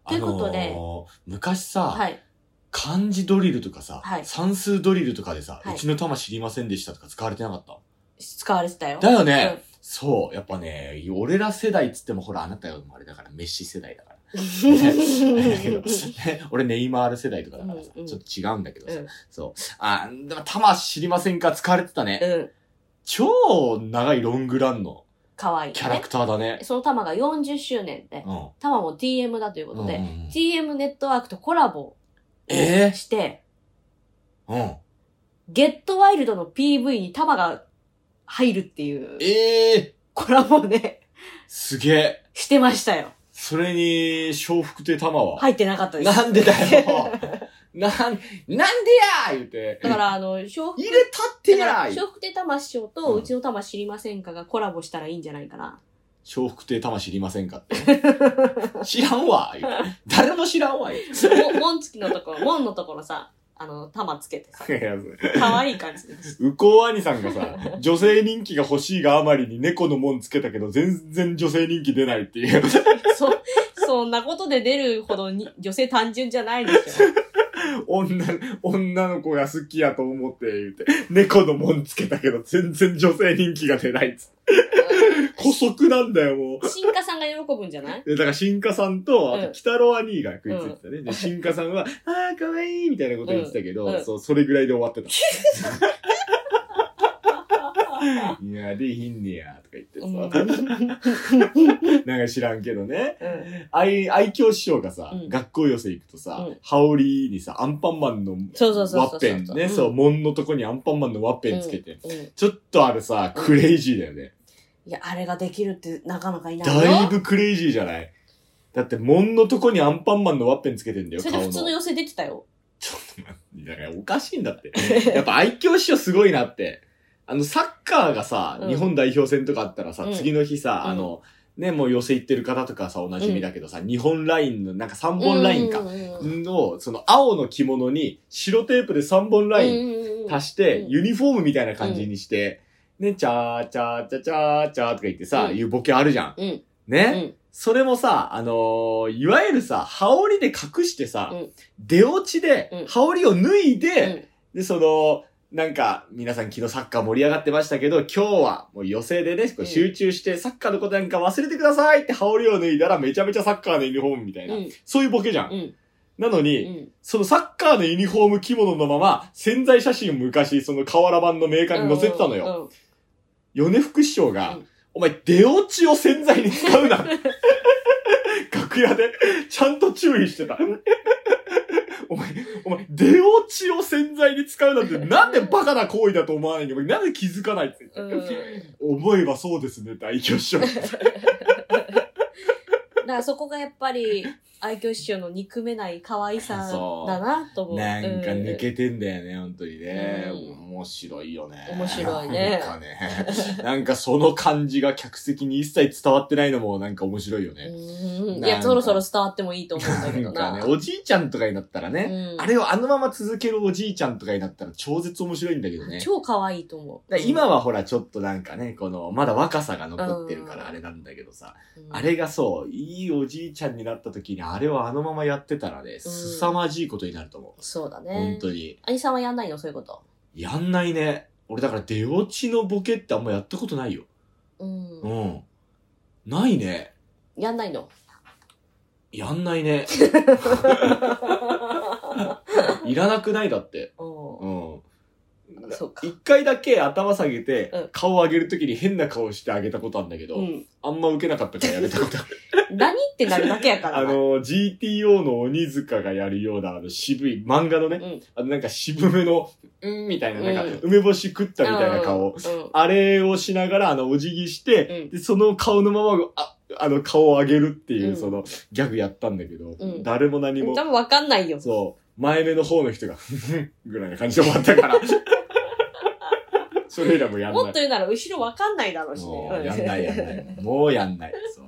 Speaker 1: ということで
Speaker 2: あのー昔さ、
Speaker 1: はい。
Speaker 2: 漢字ドリルとかさ、
Speaker 1: はい
Speaker 2: 算数ドリルとかでさ、
Speaker 1: はいう
Speaker 2: ちの玉知りませんでしたとか使われてなかった
Speaker 1: 使われてたよ。
Speaker 2: だよね、そう、やっぱね、俺ら世代っつってもほら、あなたよりもあれだから、メッシ世代 だから。 だけど俺ネイマール世代とかだからさ、
Speaker 1: うんうん
Speaker 2: ちょっと違うんだけどさ、
Speaker 1: うん
Speaker 2: そう。あ、でも玉知りませんか使われてたね、
Speaker 1: うん。うん。
Speaker 2: 超長いロングランの
Speaker 1: かわいい、ね。
Speaker 2: キャラクターだね。
Speaker 1: その玉が40周年で、
Speaker 2: うん。
Speaker 1: 玉も TM だということで、
Speaker 2: うんうんうん
Speaker 1: TM ネットワークとコラボを
Speaker 2: え
Speaker 1: して、
Speaker 2: えうん。
Speaker 1: ゲットワイルドの PV に玉が入るっていう
Speaker 2: ええ
Speaker 1: コラボをね、
Speaker 2: すげえ。
Speaker 1: してましたよ。
Speaker 2: それに、笑福亭玉は、
Speaker 1: 入ってなかったです。
Speaker 2: なんでだよ なん、なんでやー言うて。
Speaker 1: だから、あの、笑福
Speaker 2: 入れたって
Speaker 1: だから
Speaker 2: やー
Speaker 1: 笑福亭玉師匠と
Speaker 2: うん
Speaker 1: うちの玉知りませんかがコラボしたらいいんじゃないか な。
Speaker 2: 笑福亭玉知りませんかって。知らんわ言うて誰も知らんわ言うて
Speaker 1: も門付きのところ、門のところさ、あの、玉つけてさ、
Speaker 2: いや
Speaker 1: 可愛い感じで。
Speaker 2: うこう兄さんがさ、女性人気が欲しいがあまりに猫のもんつけたけど、全然女性人気出ないっていう。
Speaker 1: そ、そんなことで出るほどに女性単純じゃないでしょ。
Speaker 2: 女、女の子が好きやと思って言うて、猫のもんつけたけど、全然女性人気が出ないっ つって。古速なんだよ、もう。
Speaker 1: 進化さんが喜ぶんじゃない
Speaker 2: で、だから、新華さんと、あ
Speaker 1: う
Speaker 2: と、
Speaker 1: ん
Speaker 2: 北郎兄が食いついてたね。で、新華さんは、あー、かわいいみたいなこと言ってたけど、
Speaker 1: うんうん
Speaker 2: そう、それぐらいで終 わってた。いやー、でひんねや、とか言って
Speaker 1: うん。うん。
Speaker 2: さ、なんか知らんけどね。愛、愛嬌師匠がさ、
Speaker 1: うん
Speaker 2: 学校寄せ行くとさ、
Speaker 1: うん
Speaker 2: 羽織にさ、アンパンマンのワ
Speaker 1: そうそうそうそうそう
Speaker 2: ッペンね、そう、門のとこにアンパンマンのワッペンつけて。
Speaker 1: うん。い
Speaker 2: ちょっとあれさ、クレイジーだよね。
Speaker 1: や、あれができるってなかなかいないよ。
Speaker 2: だいぶクレイジーじゃないだって、門のとこにアンパンマンのワッペンつけてんだよ、
Speaker 1: それ
Speaker 2: 顔
Speaker 1: で
Speaker 2: の。
Speaker 1: 普通の寄せできたよ。
Speaker 2: ちょっと待って、だからおかしいん だって。やっぱ愛嬌師匠すごいなって。あの、サッカーがさ、
Speaker 1: うん
Speaker 2: 日本代表戦とかあったらさ、
Speaker 1: うん
Speaker 2: 次の日さ、
Speaker 1: うん
Speaker 2: あの、ね、もう寄せ行ってる方とかさ、おなじみだけどさ、日本ラインの、なんか3本ラインか
Speaker 1: う。んうんうん
Speaker 2: の、その青の着物に白テープで3本ライ
Speaker 1: ン
Speaker 2: ン足して、
Speaker 1: うん
Speaker 2: ユニフォームみたいな感じにして、ね、チャーチャーチャーチャーチャーとか言ってさ、
Speaker 1: うん
Speaker 2: いうボケあるじゃん。
Speaker 1: うん
Speaker 2: ね、
Speaker 1: うん
Speaker 2: それもさ、あのーいわゆるさ、羽織で隠してさ、
Speaker 1: うん
Speaker 2: 出落ちで
Speaker 1: うん、
Speaker 2: 羽織を脱い
Speaker 1: うん
Speaker 2: で、で、その、なんか、皆さん昨日サッカー盛り上がってましたけど、今日はもう予選でね、こう
Speaker 1: うん
Speaker 2: 集中して、サッカーのことなんか忘れてくださいって羽織を脱いだらめちゃめちゃサッカーのユニフォームみたいな。
Speaker 1: うん
Speaker 2: そういうボケじゃん。
Speaker 1: うん
Speaker 2: なのに、
Speaker 1: うん
Speaker 2: そのサッカーのユニフォーム着物のまま、潜在写真を昔、その瓦版のメーカーに載せてたのよ。
Speaker 1: うん
Speaker 2: 米福師匠が、
Speaker 1: うん
Speaker 2: お前、出落ちを潜在に使 うな。楽屋で、ちゃんと注意してた。お前、お前、出落ちを潜在に使うなんて、なんでバカな行為だと思わないんだお前なんで気づかないって
Speaker 1: うん。うん
Speaker 2: 思えばそうですね、大教師匠。
Speaker 1: からそこがやっぱり愛嬌師匠の憎めない可愛さだなと思う。
Speaker 2: なんか
Speaker 1: う
Speaker 2: 抜けてんだよね、本当にね。
Speaker 1: うん
Speaker 2: 面白いよね。
Speaker 1: 面白いね
Speaker 2: なんかね。なんかその感じが客席に一切伝わってないのもなんか面白いよね。
Speaker 1: うんい
Speaker 2: なん
Speaker 1: や、
Speaker 2: か
Speaker 1: そろそろ伝わってもいいと思うんだけ
Speaker 2: な
Speaker 1: ど
Speaker 2: んか
Speaker 1: な。
Speaker 2: ね、おじいちゃんとかになったらね、
Speaker 1: うん
Speaker 2: あれをあのまま続けるおじいちゃんとかになったら超絶面白いんだけどね。
Speaker 1: 超可愛いと思う。
Speaker 2: だから今はほらちょっとなんかね、この、まだ若さが残ってるか
Speaker 1: う
Speaker 2: ら
Speaker 1: ん
Speaker 2: あれなんだけどさ、
Speaker 1: うん、
Speaker 2: あれがそう、いいおじいちゃんになった時にあれをあのままやってたらね、凄まじいことになると思
Speaker 1: そうだ
Speaker 2: う。本
Speaker 1: ね。
Speaker 2: 当に。
Speaker 1: 兄さんはやんないのそういうこと。
Speaker 2: やんないね。俺だから出落ちのボケってあんまやったことないよ。
Speaker 1: うん
Speaker 2: う。ん。ないね。
Speaker 1: やんないの。
Speaker 2: やんな いね。いらなくないだって。
Speaker 1: う
Speaker 2: うん。
Speaker 1: ん。そうか
Speaker 2: 一。回だけ頭下げて、
Speaker 1: うん
Speaker 2: 顔上げるときに変な顔してあげたことあるんだけど、
Speaker 1: うん。
Speaker 2: あんま受けなかったからやめた ことある。
Speaker 1: 何ってなるだけやから
Speaker 2: あ
Speaker 1: な。
Speaker 2: の、GTO の鬼塚がやるような、あの、渋い、漫画のね、
Speaker 1: うん
Speaker 2: あの、なんか渋めの、うんみたいな、なんか、
Speaker 1: うん
Speaker 2: 梅干し食ったみたいな顔。
Speaker 1: うんうん
Speaker 2: あれをしながら、あの、お辞儀して、
Speaker 1: うん
Speaker 2: で、その顔のまま、あ、あの、顔を上げるっていう、
Speaker 1: うん
Speaker 2: その、ギャグやったんだけど、
Speaker 1: うん
Speaker 2: 誰も何も
Speaker 1: 多、分わかんないよ。
Speaker 2: そう、前目の方の人が、 ふふぐらいな感じで終わったから。 それ以来もやん
Speaker 1: もっ
Speaker 2: な
Speaker 1: と
Speaker 2: い。
Speaker 1: 言うなら後ろわかんないだろうしね
Speaker 2: も。う、やんないやんない。もうやんない。そう。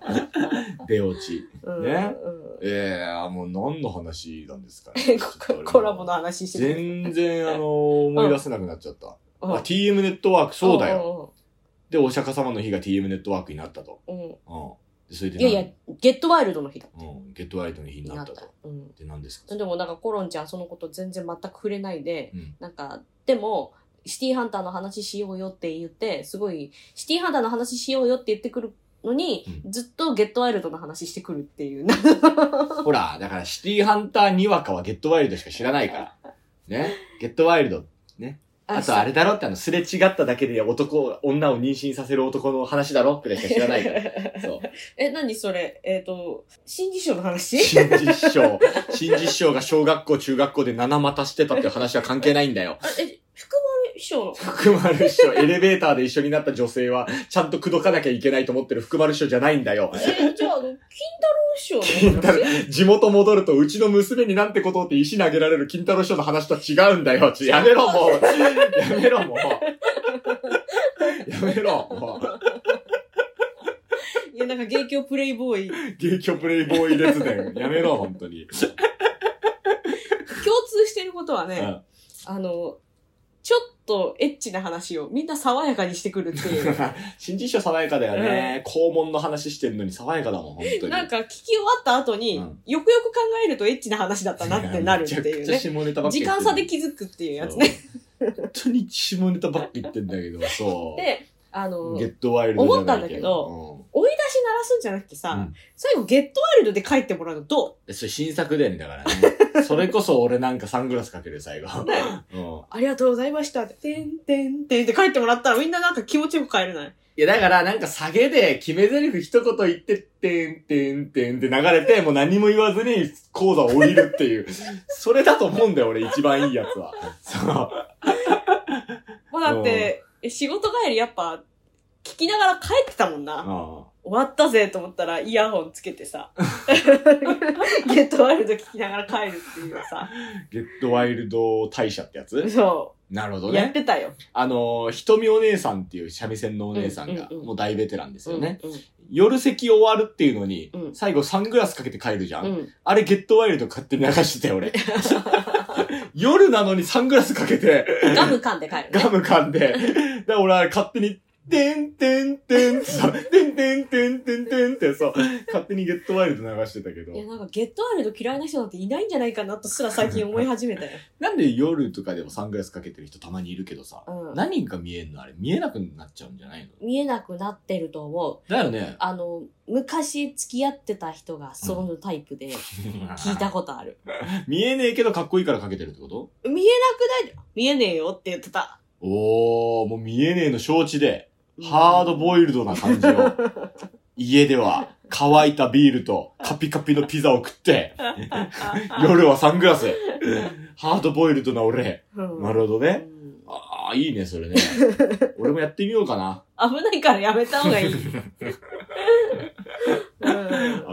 Speaker 2: 出落ち。
Speaker 1: うん
Speaker 2: ね
Speaker 1: うん
Speaker 2: ええもう何の話なんですかね
Speaker 1: ココラボの話してる。
Speaker 2: 全然、あの、思い出せなくなっちゃった。
Speaker 1: うん
Speaker 2: あ TM ネットワーク、そうだよ。
Speaker 1: よ。
Speaker 2: で、お釈迦様の日が TM ネットワークになったと。
Speaker 1: うんうん
Speaker 2: うん。でそれで
Speaker 1: いやいや、ゲットワイルドの日だ
Speaker 2: 何、うん、ゲットワイルドの日にな
Speaker 1: な
Speaker 2: っ
Speaker 1: ったた
Speaker 2: と。。
Speaker 1: うん
Speaker 2: で、何ですか
Speaker 1: でもなんかコロンちゃんそのこと全然全く触れないで、
Speaker 2: うん
Speaker 1: なんか、でも、シティーハンターの話しようよって言って、すごい、シティーハンターの話しようよって言ってくるのに、ずっとゲットワイルドの話してくるっていう。
Speaker 2: ほら、だからシティハンターにわかはゲットワイルドしか知らないから。ね。ゲットワイルド。あとあれだろってあの、すれ違っただけで男を、女を妊娠させる男の話だろくらいしか知らな いから。そう。
Speaker 1: え、何それえっ、と、新辞書の話
Speaker 2: 新実証。新実証が小学校、中学校で七股してたっていう話は関係ないんだよ。
Speaker 1: あえ、福丸師匠の。
Speaker 2: 福丸師匠、エレベーターで一緒になった女性は、ちゃんと口説かなきゃいけないと思ってる福丸師匠じゃないんだよ。
Speaker 1: え、じゃあ、金太郎師匠の話
Speaker 2: 地元戻ると、うちの娘になんてことをって石投げられる金太郎師匠の話とは違うんだよ。ちょやめろ、もう。やめろ、もう。やめろ、もう。
Speaker 1: いや、なんか、芸協プレイボーイ、共
Speaker 2: 芸協プレイボーイ列伝。やめろ、本 当に。
Speaker 1: 通してることはね、
Speaker 2: うん
Speaker 1: あの、ちょっとエッチな話をみんな爽やかにしてくる っていう。
Speaker 2: 新人賞爽やかだよね。肛門の話してんのに爽やかだもん、本当に。
Speaker 1: なんか聞き終わった後に、
Speaker 2: うん
Speaker 1: よくよく考えるとエッチな話だったなってなるってい
Speaker 2: め
Speaker 1: う
Speaker 2: ちゃ
Speaker 1: ね
Speaker 2: くち。ゃ下ネタばっか
Speaker 1: 時
Speaker 2: り言っ
Speaker 1: 間
Speaker 2: てる
Speaker 1: 差で気づくっていうやつね。
Speaker 2: そう本当に下ネタばっか言ってんだけど、そう。
Speaker 1: で、あの、追い
Speaker 2: ゲ
Speaker 1: 出し
Speaker 2: ットワイルドじゃない
Speaker 1: 思ったんだけど鳴らすんじゃなくてさ、
Speaker 2: うん
Speaker 1: 最後ゲットワイルドで帰ってもらうのど
Speaker 2: うんそれ新作伝だからね。それこそ俺なんかサングラスかけるよ最後。う
Speaker 1: う
Speaker 2: ん
Speaker 1: ありがとうございましたって、てんてんてんって帰ってもらったらみんななんか気持ちよく帰れない。
Speaker 2: いや、だから、なんか、下げで、決め台詞一言言って、てんてんてんって流れて、もう何も言わずに、講座を降りるっていう。それだと思うんだよ、俺、一番いいやつは。そう。
Speaker 1: まあだって、仕事帰りやっぱ、聞きながら帰ってたもんな。
Speaker 2: う
Speaker 1: 終わったぜと思ったらイヤホンつけて さ、ゲットワイルド聞きながら帰るっていうさ、
Speaker 2: ん。ゲットワイルド大社ってやつ
Speaker 1: そ
Speaker 2: なるほ
Speaker 1: う、
Speaker 2: ど
Speaker 1: やっ
Speaker 2: ね。
Speaker 1: てたよ。
Speaker 2: あの、瞳お姉さんっていう三味線のお姉さんが、
Speaker 1: うんうんうん
Speaker 2: もう大ベテランですよね。
Speaker 1: うん。
Speaker 2: 夜席終わるっていうのに、
Speaker 1: うん
Speaker 2: 最後サングラスかけて帰るじゃん。
Speaker 1: うん。
Speaker 2: あれ、ゲットワイルド勝手に流してた よ、俺。夜なのにサングラスかけて、
Speaker 1: ガム噛んで帰るね。
Speaker 2: ガム噛んで、だから俺は勝手に、てんてんてんってさ、てんてんてんてんてんってさ、勝手にゲットワイルド流してたけど
Speaker 1: いや、。なんかゲットワイルド嫌いな人なんていないんじゃないかなとすら最近思い始めたよ。
Speaker 2: なんで夜とかでもサングラスかけてる人たまにいるけどさ、
Speaker 1: うん
Speaker 2: 何が見えんのあれ見えなくなっちゃうんじゃないの
Speaker 1: 見えなくなってると思う。
Speaker 2: だよね。
Speaker 1: あの、昔付き合ってた人がそのタイプで聞いたことある。
Speaker 2: 見えねえけどかっこいいからかけてるってこと
Speaker 1: 見えなくない見えねえよって言ってた。
Speaker 2: おー、もう見えねえの承知で、ハードボイルドな感じ を、家では乾いたビールとカピカピのピザを食 って、夜はサングラ ス。ハードボイルドな俺。
Speaker 1: うん。
Speaker 2: なるほど
Speaker 1: う
Speaker 2: ね。
Speaker 1: ん
Speaker 2: ああ、いいね、それね。俺もやってみようかな。
Speaker 1: 危ないからやめた方がいい。う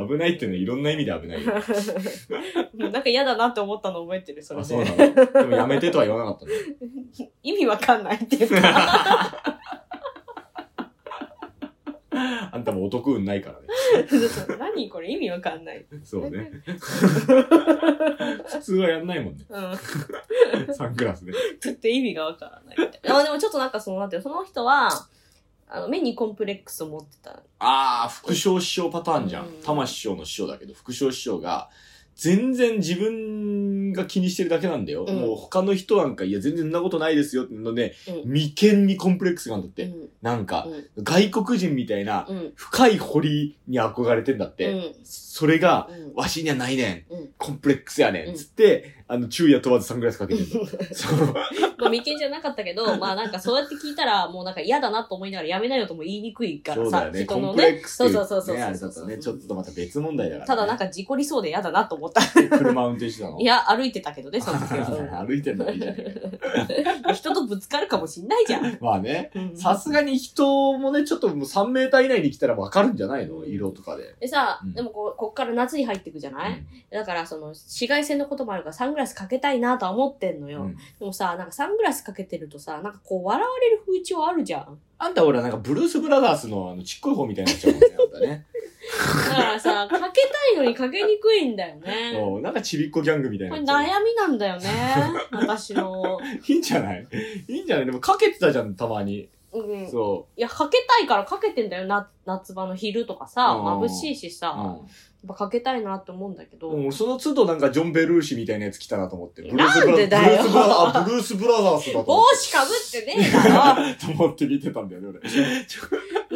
Speaker 2: 危ないっていうのはいろんな意味で危ないよ。
Speaker 1: ん、 なんか嫌だなって思ったの覚えてるそれ
Speaker 2: あ、
Speaker 1: で
Speaker 2: そうなのでもやめてとは言わなかったね。
Speaker 1: 意味わかんないっていうか
Speaker 2: あんたも男運ないからね。
Speaker 1: 何これ意味わかんない、
Speaker 2: そう ね。普通はやんないもんね。
Speaker 1: うん、
Speaker 2: サングラスで。
Speaker 1: ちょっと意味がわからないみたいなあでもちょっとなんかそのなんていうのその人はあの目にコンプレックスを持ってた
Speaker 2: ああ、副将師匠パターンじゃん
Speaker 1: うん。
Speaker 2: 玉師匠の師匠だけど、副将師匠が、全然自分が気にしてるだけなんだよ。
Speaker 1: うん
Speaker 2: もう他の人なんか、いや、全然そんなことないですよってのね、
Speaker 1: うん
Speaker 2: 眉間にコンプレックスがあるんだって。
Speaker 1: うん
Speaker 2: なんか、
Speaker 1: うん
Speaker 2: 外国人みたいな、
Speaker 1: うん
Speaker 2: 深い堀に憧れてんだって。
Speaker 1: うん
Speaker 2: それが、
Speaker 1: うん
Speaker 2: わしにはないねん。
Speaker 1: うん
Speaker 2: コンプレックスやね。
Speaker 1: うんん
Speaker 2: つって、あの、昼夜問わずサングラスかけてる の。そう。
Speaker 1: まあ眉間じゃなかったけ ど、まあなんかそうやって聞いたら、もうなんか嫌だなと思いながらやめなよとも言いにくいから
Speaker 2: そうだ
Speaker 1: さ、
Speaker 2: よね。
Speaker 1: 人
Speaker 2: コ
Speaker 1: の
Speaker 2: ンプレッ
Speaker 1: ね。
Speaker 2: クス
Speaker 1: そ
Speaker 2: っ
Speaker 1: う
Speaker 2: て
Speaker 1: そうそうそう。
Speaker 2: ね、あれだとね、ちょっとまた別問題だから、ね。
Speaker 1: ただなんか事故りそうで嫌だなと思った。
Speaker 2: 車運転してたの
Speaker 1: いや、歩いてたけどね、その時 は。
Speaker 2: 歩いてるのはいいじ ゃねえ
Speaker 1: 人とぶつかるかもしんないじゃん。
Speaker 2: か。まあね。
Speaker 1: うん
Speaker 2: さすがに人もね、ちょっともう3メーター以内に来たらわかるんじゃないの
Speaker 1: うん
Speaker 2: 色とかで。
Speaker 1: でさ、
Speaker 2: うん
Speaker 1: でもこうこっから夏に入ってくじゃない、だからその紫外線のこともあるからサングラスかけたいなとは思ってんの
Speaker 2: う
Speaker 1: よ、
Speaker 2: んうん
Speaker 1: でもさなんかサングラスかけてるとさなんかこう笑われる風潮あるじゃん
Speaker 2: あんたほら、なんかブルース・ブラザースのあのちっこい方みたいになっちゃうもんね、あんたね。
Speaker 1: だからさかけたいのにかけにくいんだよ ね
Speaker 2: うんなんかちびっこギャングみたい
Speaker 1: これ悩
Speaker 2: になっちゃ
Speaker 1: みなんだ よね私の、
Speaker 2: う。いいんじゃないいいんじゃないでもかけてたじゃん、たまに。
Speaker 1: うん、い
Speaker 2: そ
Speaker 1: やかけたいからかけてんだよな夏場の昼とかさ
Speaker 2: うん
Speaker 1: 眩しいし
Speaker 2: う。うん
Speaker 1: さ、やっぱかけたいなって思うんだけど、
Speaker 2: うん、その都度なんかジョン・ベルーシみたいなやつ来たなと思って。ブルース
Speaker 1: な
Speaker 2: ブ
Speaker 1: ん
Speaker 2: ラ
Speaker 1: でだよ
Speaker 2: ブルースブラザーあブルース・ブラザースだと思
Speaker 1: 帽
Speaker 2: っ
Speaker 1: 子かぶってねえだろ
Speaker 2: てと思って見てたんだよね、俺。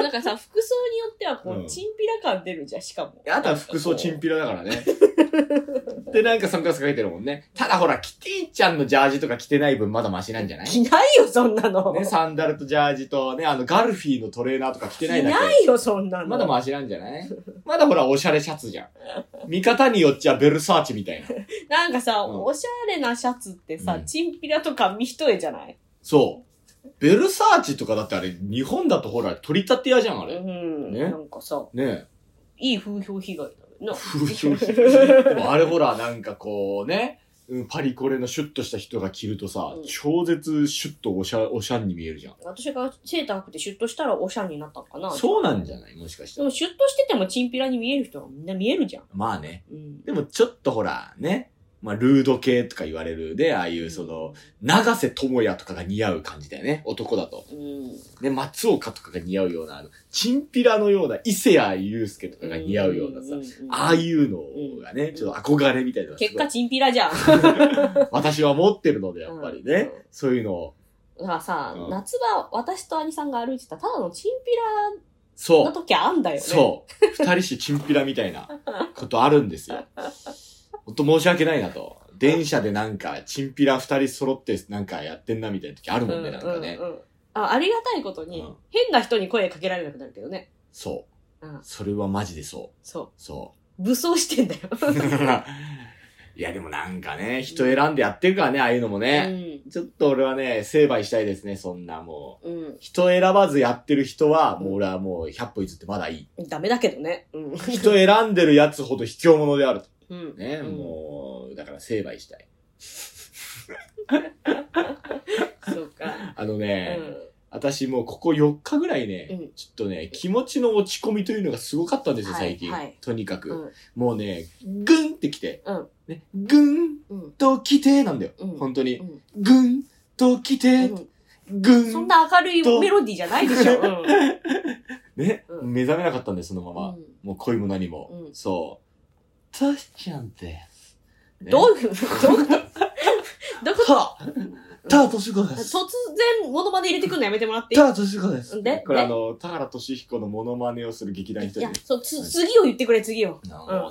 Speaker 1: なんかさ服装によってはこ
Speaker 2: うん
Speaker 1: うチンピラ感出るじゃんしかも
Speaker 2: あとは服装チンピラだか らね。で、なんかサングラスかけてるもんね。ただほら、キティちゃんのジャージとか着てない分まだマシなんじゃない
Speaker 1: 着ないよ、そんなの。
Speaker 2: ね、サンダルとジャージとね、あの、ガルフィーのトレーナーとか着て
Speaker 1: 着
Speaker 2: ないだけ。
Speaker 1: ないよ、そんなの。
Speaker 2: まだマシなんじゃないまだほら、おしゃれシャツじゃん。見方によっちゃベルサーチみたいな。
Speaker 1: なんかさ、
Speaker 2: うん
Speaker 1: おしゃれなシャツってさ、
Speaker 2: うん
Speaker 1: チンピラとか見一重じゃない
Speaker 2: そう。ベルサーチとかだってあれ、日本だとほら、取り立て屋じゃん、あ
Speaker 1: う
Speaker 2: れ。ね
Speaker 1: ん、
Speaker 2: ね
Speaker 1: なんかさ、
Speaker 2: え。
Speaker 1: いい風評被害だよな。
Speaker 2: 風評被害でもあれほら、なんかこうね、うんパリコレのシュッとした人が着るとさ、
Speaker 1: うん
Speaker 2: 超絶シュッとおしゃ、おしゃんに見えるじゃん。
Speaker 1: 私がセーター着てシュッとしたらおしゃれになったのかな。
Speaker 2: そうなんじゃないもしかし
Speaker 1: で
Speaker 2: たら。
Speaker 1: もシュッとしててもチンピラに見える人はみんな見えるじゃん。
Speaker 2: まあね。
Speaker 1: うん。
Speaker 2: でもちょっとほら、ね。まあ、ルード系とか言われるで、ああいうその、長瀬智也とかが似合う感じだよね。男だと。
Speaker 1: うん。
Speaker 2: で、松岡とかが似合うような、あの、チンピラのような、伊勢谷友介とかが似合うようなさ、
Speaker 1: んんん
Speaker 2: ああいうのがね、ちょっと憧れみたいなのがす
Speaker 1: 結
Speaker 2: ごい
Speaker 1: 果チンピラじゃん。
Speaker 2: 私は持ってるので、やっぱりね。
Speaker 1: うん
Speaker 2: そういうのを。
Speaker 1: だからさ、
Speaker 2: うん
Speaker 1: 夏場、私と兄さんが歩いてた、ただのチンピラ
Speaker 2: そ
Speaker 1: の
Speaker 2: う。
Speaker 1: 時あんだよね。
Speaker 2: そう。二人してチンピラみたいなことあるんですよ。ほんと申し訳ないなと。電車でなんか、チンピラ二人揃ってなんかやってんなみたいな時あるもんね、なんかね
Speaker 1: う。んうんあありがたいことに、
Speaker 2: うん
Speaker 1: 変な人に声かけられなくなるけどね。
Speaker 2: そう
Speaker 1: うん。
Speaker 2: それはマジでそ。
Speaker 1: そう
Speaker 2: そ。
Speaker 1: 武装してんだよ。
Speaker 2: う。 いや、でもなんかね、人選んでやってるからね、ああいうのも ね。ちょっと俺はね、成敗したいですね、そんなもう。
Speaker 1: うん。
Speaker 2: 人選ばずやってる人は、もう俺はもう100歩譲ってまだいい。
Speaker 1: うん。ダメだけどね。うん。
Speaker 2: 人選んでるやつほど卑怯者であると。
Speaker 1: うん。
Speaker 2: ね、
Speaker 1: うん
Speaker 2: もう、だから成敗したい。
Speaker 1: そうか。
Speaker 2: あの
Speaker 1: う
Speaker 2: ね、
Speaker 1: ん。
Speaker 2: 私もうここ4日ぐらいね、
Speaker 1: うん
Speaker 2: ちょっとね、気持ちの落ち込みというのがすごかったんですよ、最近。
Speaker 1: はいはい
Speaker 2: とにかく、
Speaker 1: うん
Speaker 2: もうね、ぐんってきて、
Speaker 1: うん
Speaker 2: ね、ぐん
Speaker 1: うん。
Speaker 2: ときてなんだよ。
Speaker 1: うん
Speaker 2: 本当に
Speaker 1: う。ん
Speaker 2: ぐんときて、
Speaker 1: うん
Speaker 2: ぐん。
Speaker 1: そんな明るいメロディーじゃないで しょ。うん。
Speaker 2: ね、
Speaker 1: うん
Speaker 2: 目覚めなかったんで、そのまま。
Speaker 1: うん
Speaker 2: もう恋も何も。
Speaker 1: うん
Speaker 2: そう。トシちゃんです。ね
Speaker 1: どういう、 どういうことどういうこと
Speaker 2: た、た、としこで
Speaker 1: 突
Speaker 2: す。
Speaker 1: 然、モノマネ入れてくるのやめてもらっていい
Speaker 2: た、としこです。
Speaker 1: で
Speaker 2: これ
Speaker 1: で
Speaker 2: あの、田原俊彦のモノマネをする劇団一人
Speaker 1: いや
Speaker 2: です。、
Speaker 1: そう、つ、次を言ってくれ、次を。
Speaker 2: も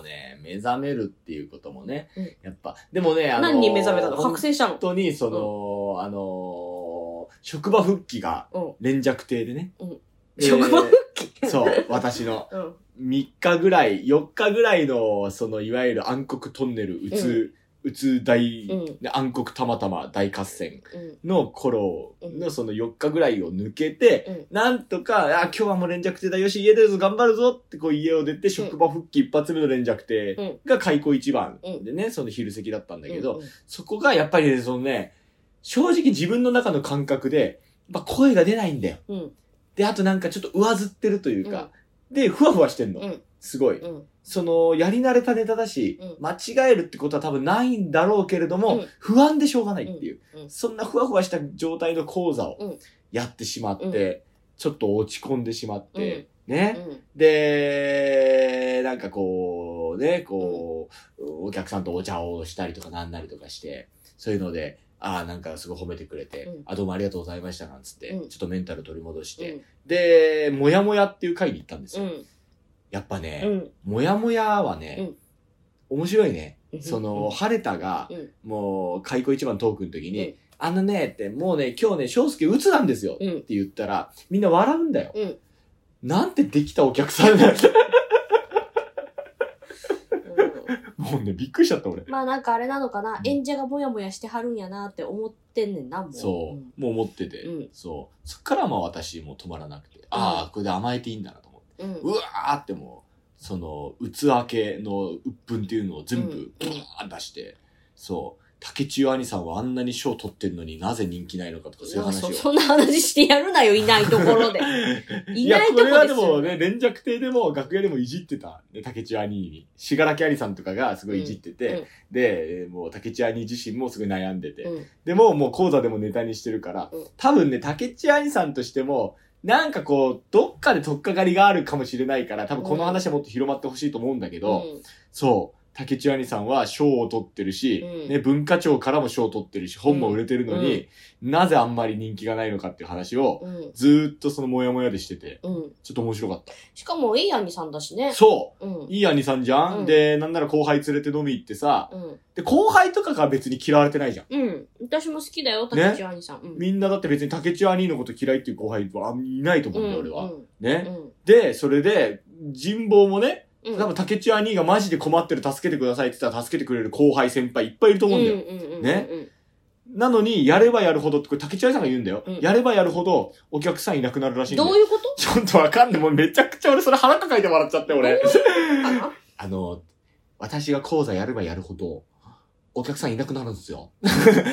Speaker 2: うね、目覚めるっていうこともね、
Speaker 1: うん
Speaker 2: やっぱ、でもね、あの、
Speaker 1: 何人目覚めたの
Speaker 2: 本
Speaker 1: 覚醒したの
Speaker 2: 当に、その、あの、職場復帰が
Speaker 1: うん、
Speaker 2: 連着亭でね。
Speaker 1: うん
Speaker 2: で
Speaker 1: 職場復帰
Speaker 2: そう、私の
Speaker 1: うん。
Speaker 2: 3日ぐらい、4日ぐらいの、その、いわゆる暗黒トンネル、うつ、宇都大、
Speaker 1: うん
Speaker 2: 暗黒たまたま大合戦
Speaker 1: うん
Speaker 2: の頃
Speaker 1: う
Speaker 2: の
Speaker 1: ん
Speaker 2: その4日ぐらいを抜けて、なんとか、あ、今日はもう連着艇だ、よし、家出るぞ、頑張るぞってこう家を出て、職場復帰一発目の連着艇が開口一番
Speaker 1: うん
Speaker 2: でね、その昼席だったんだけど、
Speaker 1: うんうん
Speaker 2: そこがやっぱりねそのね、正直自分の中の感覚で、まあ、声が出ないんだよ。
Speaker 1: うん
Speaker 2: で、あとなんかちょっと上ずってるというか、で、ふわふわしてんの。
Speaker 1: うん
Speaker 2: すごい。
Speaker 1: うん
Speaker 2: その、やり慣れたネタだし、
Speaker 1: うん
Speaker 2: 間違えるってことは多分ないんだろうけれども、
Speaker 1: うん
Speaker 2: 不安でしょうがないっていう、
Speaker 1: うんうん
Speaker 2: そんなふわふわした状態の講座
Speaker 1: う
Speaker 2: を
Speaker 1: ん
Speaker 2: やってしまって、ちょっと落ち込んでしまって、
Speaker 1: う
Speaker 2: ね、
Speaker 1: ん
Speaker 2: で、なんかこう、ね、こう、お客さんとお茶をしたりとかなんなりとかして、そういうので、ああ、なんかすごい褒めてくれて、
Speaker 1: うん
Speaker 2: あ、どうもありがとうございましたなんつって、
Speaker 1: うん
Speaker 2: ちょっとメンタル取り戻して、
Speaker 1: うん
Speaker 2: で、もやもやっていう会に行ったんです
Speaker 1: う
Speaker 2: よ。
Speaker 1: ん
Speaker 2: やっぱね、
Speaker 1: うん
Speaker 2: もやもやはね、面白い
Speaker 1: う
Speaker 2: ね。
Speaker 1: ん
Speaker 2: その、晴れたが
Speaker 1: う、ん
Speaker 2: もう、開口一番トークの時
Speaker 1: うん
Speaker 2: に、あのね、って、もうね、今日ね、翔介鬱なんですよ、っ
Speaker 1: うん
Speaker 2: て言ったら、みんな笑うんだよ
Speaker 1: うん。
Speaker 2: なんてできたお客さんだ
Speaker 1: うん
Speaker 2: もうね、びっくりしちゃった、俺。
Speaker 1: まあなんかあれなのかな
Speaker 2: うん
Speaker 1: 演者がモヤモヤしてはるんやなって思ってんねんなもう
Speaker 2: そう、もう持ってて
Speaker 1: うん、
Speaker 2: そう。そっからまあ私もう止まらなくて、ああ、これで甘えていいんだなと思って。
Speaker 1: うんうん
Speaker 2: うわーってもう、その、器系の鬱憤っていうのを全
Speaker 1: うん
Speaker 2: 部、ブワー出して、そう。竹千代兄さんはあんなに賞取ってるのになぜ人気ないのかとかそういう話
Speaker 1: そ
Speaker 2: を。
Speaker 1: そんな話してやるなよいないとこ ろでいないとこ
Speaker 2: これは
Speaker 1: で
Speaker 2: です
Speaker 1: よ
Speaker 2: もね、連着亭でも楽屋でもいじってた、ね、竹千代兄に。しがらき兄さんとかがすごいいじってて、
Speaker 1: うんうん
Speaker 2: で、えーもう竹千代兄自身もすごい悩んでて、
Speaker 1: うん
Speaker 2: でももう講座でもネタにしてるから、
Speaker 1: うん
Speaker 2: 多分ね、竹千代兄さんとしても、なんかこう、どっかで取っかかりがあるかもしれないから、多分この話はもっと広まってほしいと思うんだけど、そう。竹千代兄さんは賞を取ってるし、
Speaker 1: うん
Speaker 2: ね、文化庁からも賞を取ってるし、本も売れてるのに、なぜあんまり人気がないのかっていう話を、
Speaker 1: うんうん
Speaker 2: ずーっとそのモヤモヤでしてて、
Speaker 1: うん
Speaker 2: ちょっと面白かった。
Speaker 1: しかもいい兄さんだしね
Speaker 2: そ
Speaker 1: うん
Speaker 2: ういい兄さんじゃん、
Speaker 1: うん
Speaker 2: で、なんなら後輩連れて飲み行ってさ、
Speaker 1: うん
Speaker 2: で、後輩とかが別に嫌われてないじゃん。
Speaker 1: うん私も好きだよ
Speaker 2: ね
Speaker 1: 竹内兄さんうん
Speaker 2: みんなだって別に竹千代兄のこと嫌いっていう後輩はいないと思うんだよ、俺は。
Speaker 1: うんう
Speaker 2: ね。
Speaker 1: ん
Speaker 2: で、それで、人望もね、
Speaker 1: うん
Speaker 2: 多分竹千代兄がマジで困ってる、助けてくださいって言ったら助けてくれる後輩先輩いっぱいいると思うんだ
Speaker 1: う
Speaker 2: よ。
Speaker 1: んうんうんうん
Speaker 2: ねなのに、やればやるほどって、これ竹千代さんが言うんだよ。
Speaker 1: うん
Speaker 2: やればやるほど、お客さんいなくなるらしいんだよ。
Speaker 1: どういうこと
Speaker 2: ちょっとわかんない。もうめちゃくちゃ俺それ腹抱えて笑っちゃって、 俺。
Speaker 1: かな
Speaker 2: あの、私が講座やればやるほど、お客さんいなくなるんですよ。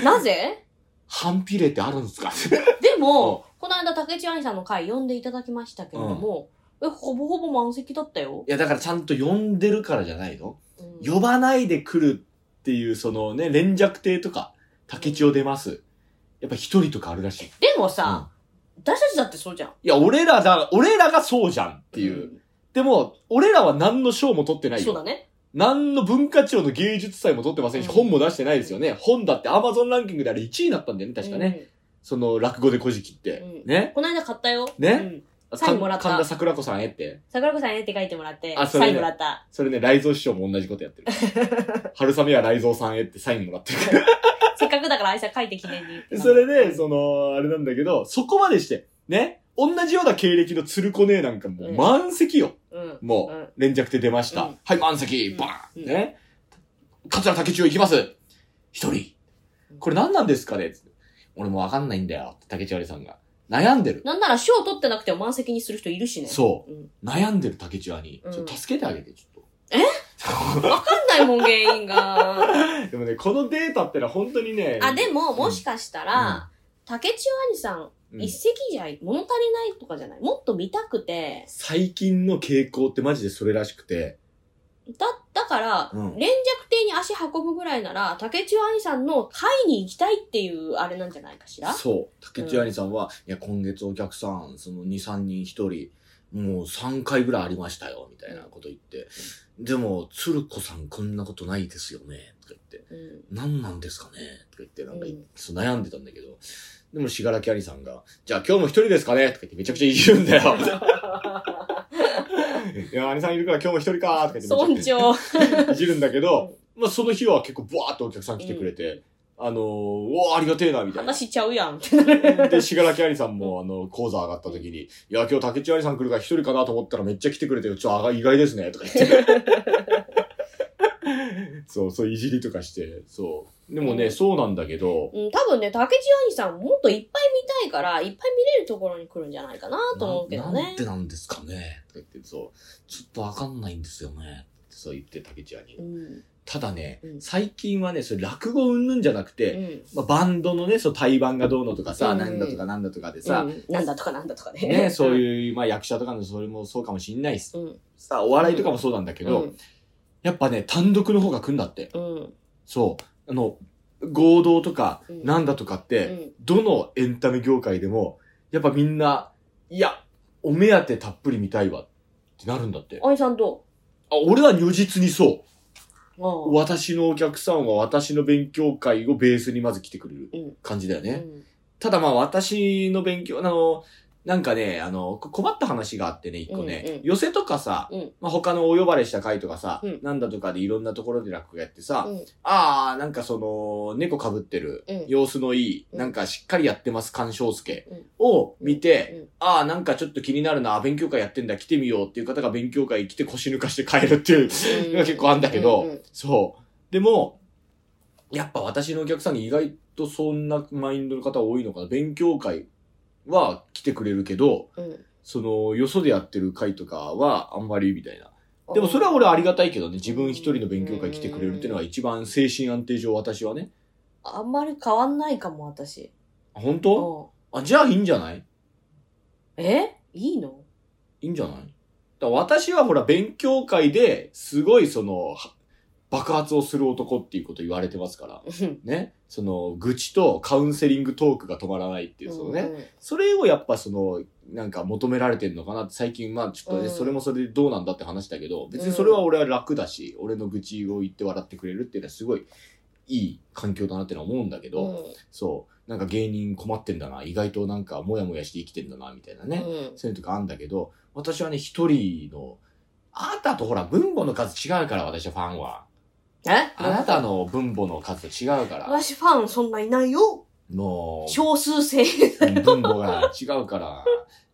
Speaker 1: なぜ
Speaker 2: 反比例ってあるん ですか
Speaker 1: でもこの間竹内兄さんの回呼んでいただきましたけれどもえほぼほぼ満席だったよ
Speaker 2: いや、だからちゃんと呼んでるからじゃないの、
Speaker 1: うん
Speaker 2: 呼ばないで来るっていう、そのね、連弱亭とか、竹千代出ます。やっぱ一人とかあるらしい。
Speaker 1: でも
Speaker 2: うん
Speaker 1: さ私たちだってそうじゃんっ
Speaker 2: いや、俺らだ、俺らがそうじゃんっていう。でも、俺らは何の賞も取ってないよ。
Speaker 1: そうだね
Speaker 2: 何の文化庁の芸術祭も取ってませんし、
Speaker 1: うん
Speaker 2: 本も出してないですよね。本だってアマゾンランキングであれ1位だったんだよね、確かね。その落語で古事記って。
Speaker 1: うん
Speaker 2: ね
Speaker 1: うん。この間買ったよ
Speaker 2: ね
Speaker 1: うんサインもらった
Speaker 2: 神田桜子さんへって。
Speaker 1: 桜子さんへって書いてもらって
Speaker 2: あそ
Speaker 1: サ
Speaker 2: れね
Speaker 1: インもらった
Speaker 2: それね、雷蔵師匠も同じこと やってる。春雨は雷蔵さんへってサインもらってるか
Speaker 1: せっかくだからあいさ書いて記念に
Speaker 2: ら。それで、その、あれなんだけど、そこまでして、ね。同じような経歴の鶴子姉なんかもう
Speaker 1: うん
Speaker 2: 満席よ。
Speaker 1: うん
Speaker 2: も
Speaker 1: うん
Speaker 2: う、連着で出ました。
Speaker 1: うん
Speaker 2: はい、満席
Speaker 1: ん
Speaker 2: バーン、
Speaker 1: うん
Speaker 2: ね。桂竹千代行きます一人。これ何なんですかねつって俺もわかんないんだよ。竹千代さんが。悩んでる。
Speaker 1: なんなら賞取ってなくても満席にする人いるしね、
Speaker 2: そう
Speaker 1: ん、
Speaker 2: う。悩んでる竹千代に。
Speaker 1: うん
Speaker 2: ちょっと助けてあげて、ちょっと。
Speaker 1: わかんないもん原因 が
Speaker 2: でもね、このデータってのは本当にね。
Speaker 1: あでももしかしたら、竹千代兄さん、
Speaker 2: うん
Speaker 1: 一席じゃ物足りないとかじゃないもっと見たくて
Speaker 2: 最近の傾向ってマジでそれらしくて。
Speaker 1: だだから、
Speaker 2: うん
Speaker 1: 連弱艇に足運ぶぐらいなら竹千代兄さんの会に行きたいっていうあれなんじゃないかしら
Speaker 2: そう。竹千代さんは、いや、今月お客さん、その2、3人1人、もう3回ぐらいありましたよ、みたいなこと言って。でも、鶴子さんこんなことないですよね、とか言って。
Speaker 1: うん
Speaker 2: 何なんですかねとか言って、なんか、
Speaker 1: うん
Speaker 2: そう悩んでたんだけど、でも、しがらきありさんが、じゃあ今日も一人ですかねとか言ってめちゃくちゃいじるんだ よ。いや、兄さんいるから今日も一人かとか言って
Speaker 1: 村
Speaker 2: め ちゃ
Speaker 1: 長
Speaker 2: くちゃいじるんだけど、まあその日は結構ブワーっとお客さん来てくれて、あのー、うわありがてえな、みたいな。
Speaker 1: 話しちゃうやん
Speaker 2: で、しがらきありさんも、あの、講座上がった時に、いや、今日竹内ありさん来 るから一人かなと思ったらめっちゃ来てくれて、ちょ、あが、意外ですね、とか言って。そう、そういじりとかして、そう。でもね、そうなんだけど、
Speaker 1: うん、多分ね、竹地兄さんもっといっぱい見たいから、いっぱい見れるところに来るんじゃないかなと思うけど
Speaker 2: ななん
Speaker 1: ね
Speaker 2: て。なんですかねとか言って、そう、ちょっとわかんないんですよね。ってそう言って、竹ちゃんに
Speaker 1: う。ん。
Speaker 2: ただね、
Speaker 1: うん
Speaker 2: 最近はね、それ落語云々じゃなく
Speaker 1: う
Speaker 2: て、
Speaker 1: ん。
Speaker 2: まあ、バンドのね、そう、対バンがどうのとかさ、
Speaker 1: うん
Speaker 2: なんだとかなんだとかでさ
Speaker 1: う、んなんだとかなんだとかね。
Speaker 2: ね、そういう、まあ、役者とかのそれもそうかもしんないし
Speaker 1: うん。うん。
Speaker 2: さ、お笑いとかもそうなんだけど、やっぱね、単独の方が来んだって。
Speaker 1: うん。うん。
Speaker 2: そう。あの、合同とか、
Speaker 1: うん
Speaker 2: なんだとかって、どのエンタメ業界でも、やっぱみんな、いや、お目当てたっぷり見たいわってなるんだって。あ、
Speaker 1: 愛さんど
Speaker 2: 俺は如実にそうう。
Speaker 1: ああ
Speaker 2: 私のお客さんは私の勉強会をベースにまず来てくれる
Speaker 1: うん
Speaker 2: 感じだよね。
Speaker 1: うん
Speaker 2: ただまあ私の勉強、あの、なんかね、あの、こ困った話があってね、一個ね、
Speaker 1: うんうん
Speaker 2: 寄せとかさ、
Speaker 1: うん
Speaker 2: まあ、他のお呼ばれした回とかさ、
Speaker 1: うん
Speaker 2: なんだとかでいろんなところで落語やってさ、
Speaker 1: うん
Speaker 2: ああ、なんかその、猫被ってる、
Speaker 1: うん
Speaker 2: 様子のいい、
Speaker 1: うん
Speaker 2: なんかしっかりやってます、鑑賞助
Speaker 1: うん
Speaker 2: を見て、
Speaker 1: うん
Speaker 2: ああ、なんかちょっと気になるな、勉強会やってんだ、来てみようっていう方が勉強会来て腰抜かして帰るっていう、
Speaker 1: うん
Speaker 2: 結構あんだけど、
Speaker 1: うんうん
Speaker 2: そう。でも、やっぱ私のお客さんに意外とそんなマインドの方多いのかな。勉強会は来てくれるけど、
Speaker 1: うん
Speaker 2: その、よそでやってる会とかはあんまりみたいな。でもそれは俺ありがたいけどね、自分一人の勉強会来てくれるっていうのは一番精神安定上私はね。
Speaker 1: あんまり変わんないかも、私。
Speaker 2: あ本当あ、じゃあいいんじゃな
Speaker 1: う
Speaker 2: い
Speaker 1: んえいいの
Speaker 2: いいんじゃないだから私はほら勉強会ですごいその、は爆発をする男っていうこと言われてますから。
Speaker 1: うん
Speaker 2: ね、 その愚痴とカウンセリングトークが止まらないっていう、そのね、それをやっぱその、なんか求められてるのかなって最近、まあちょっと
Speaker 1: う
Speaker 2: ね、
Speaker 1: ん
Speaker 2: それもそれでどうなんだって話だけど、別にそれは俺は楽だし、俺の愚痴を言って笑ってくれるっていうのはすごいいい環境だなってのは思うんだけ
Speaker 1: う
Speaker 2: ど、
Speaker 1: ん
Speaker 2: そう、なんか芸人困ってんだな、意外となんかモヤモヤして生きてんだな、みたいなね、
Speaker 1: うん
Speaker 2: そういうのとかあんだけど、私はね、一人の、あなたとほら、分母の数違うから、私はファンは。
Speaker 1: え
Speaker 2: あなたの分母の数と違うから、
Speaker 1: 私ファンそんないないよ。
Speaker 2: もう、
Speaker 1: 少数 制。
Speaker 2: 分母が違うから。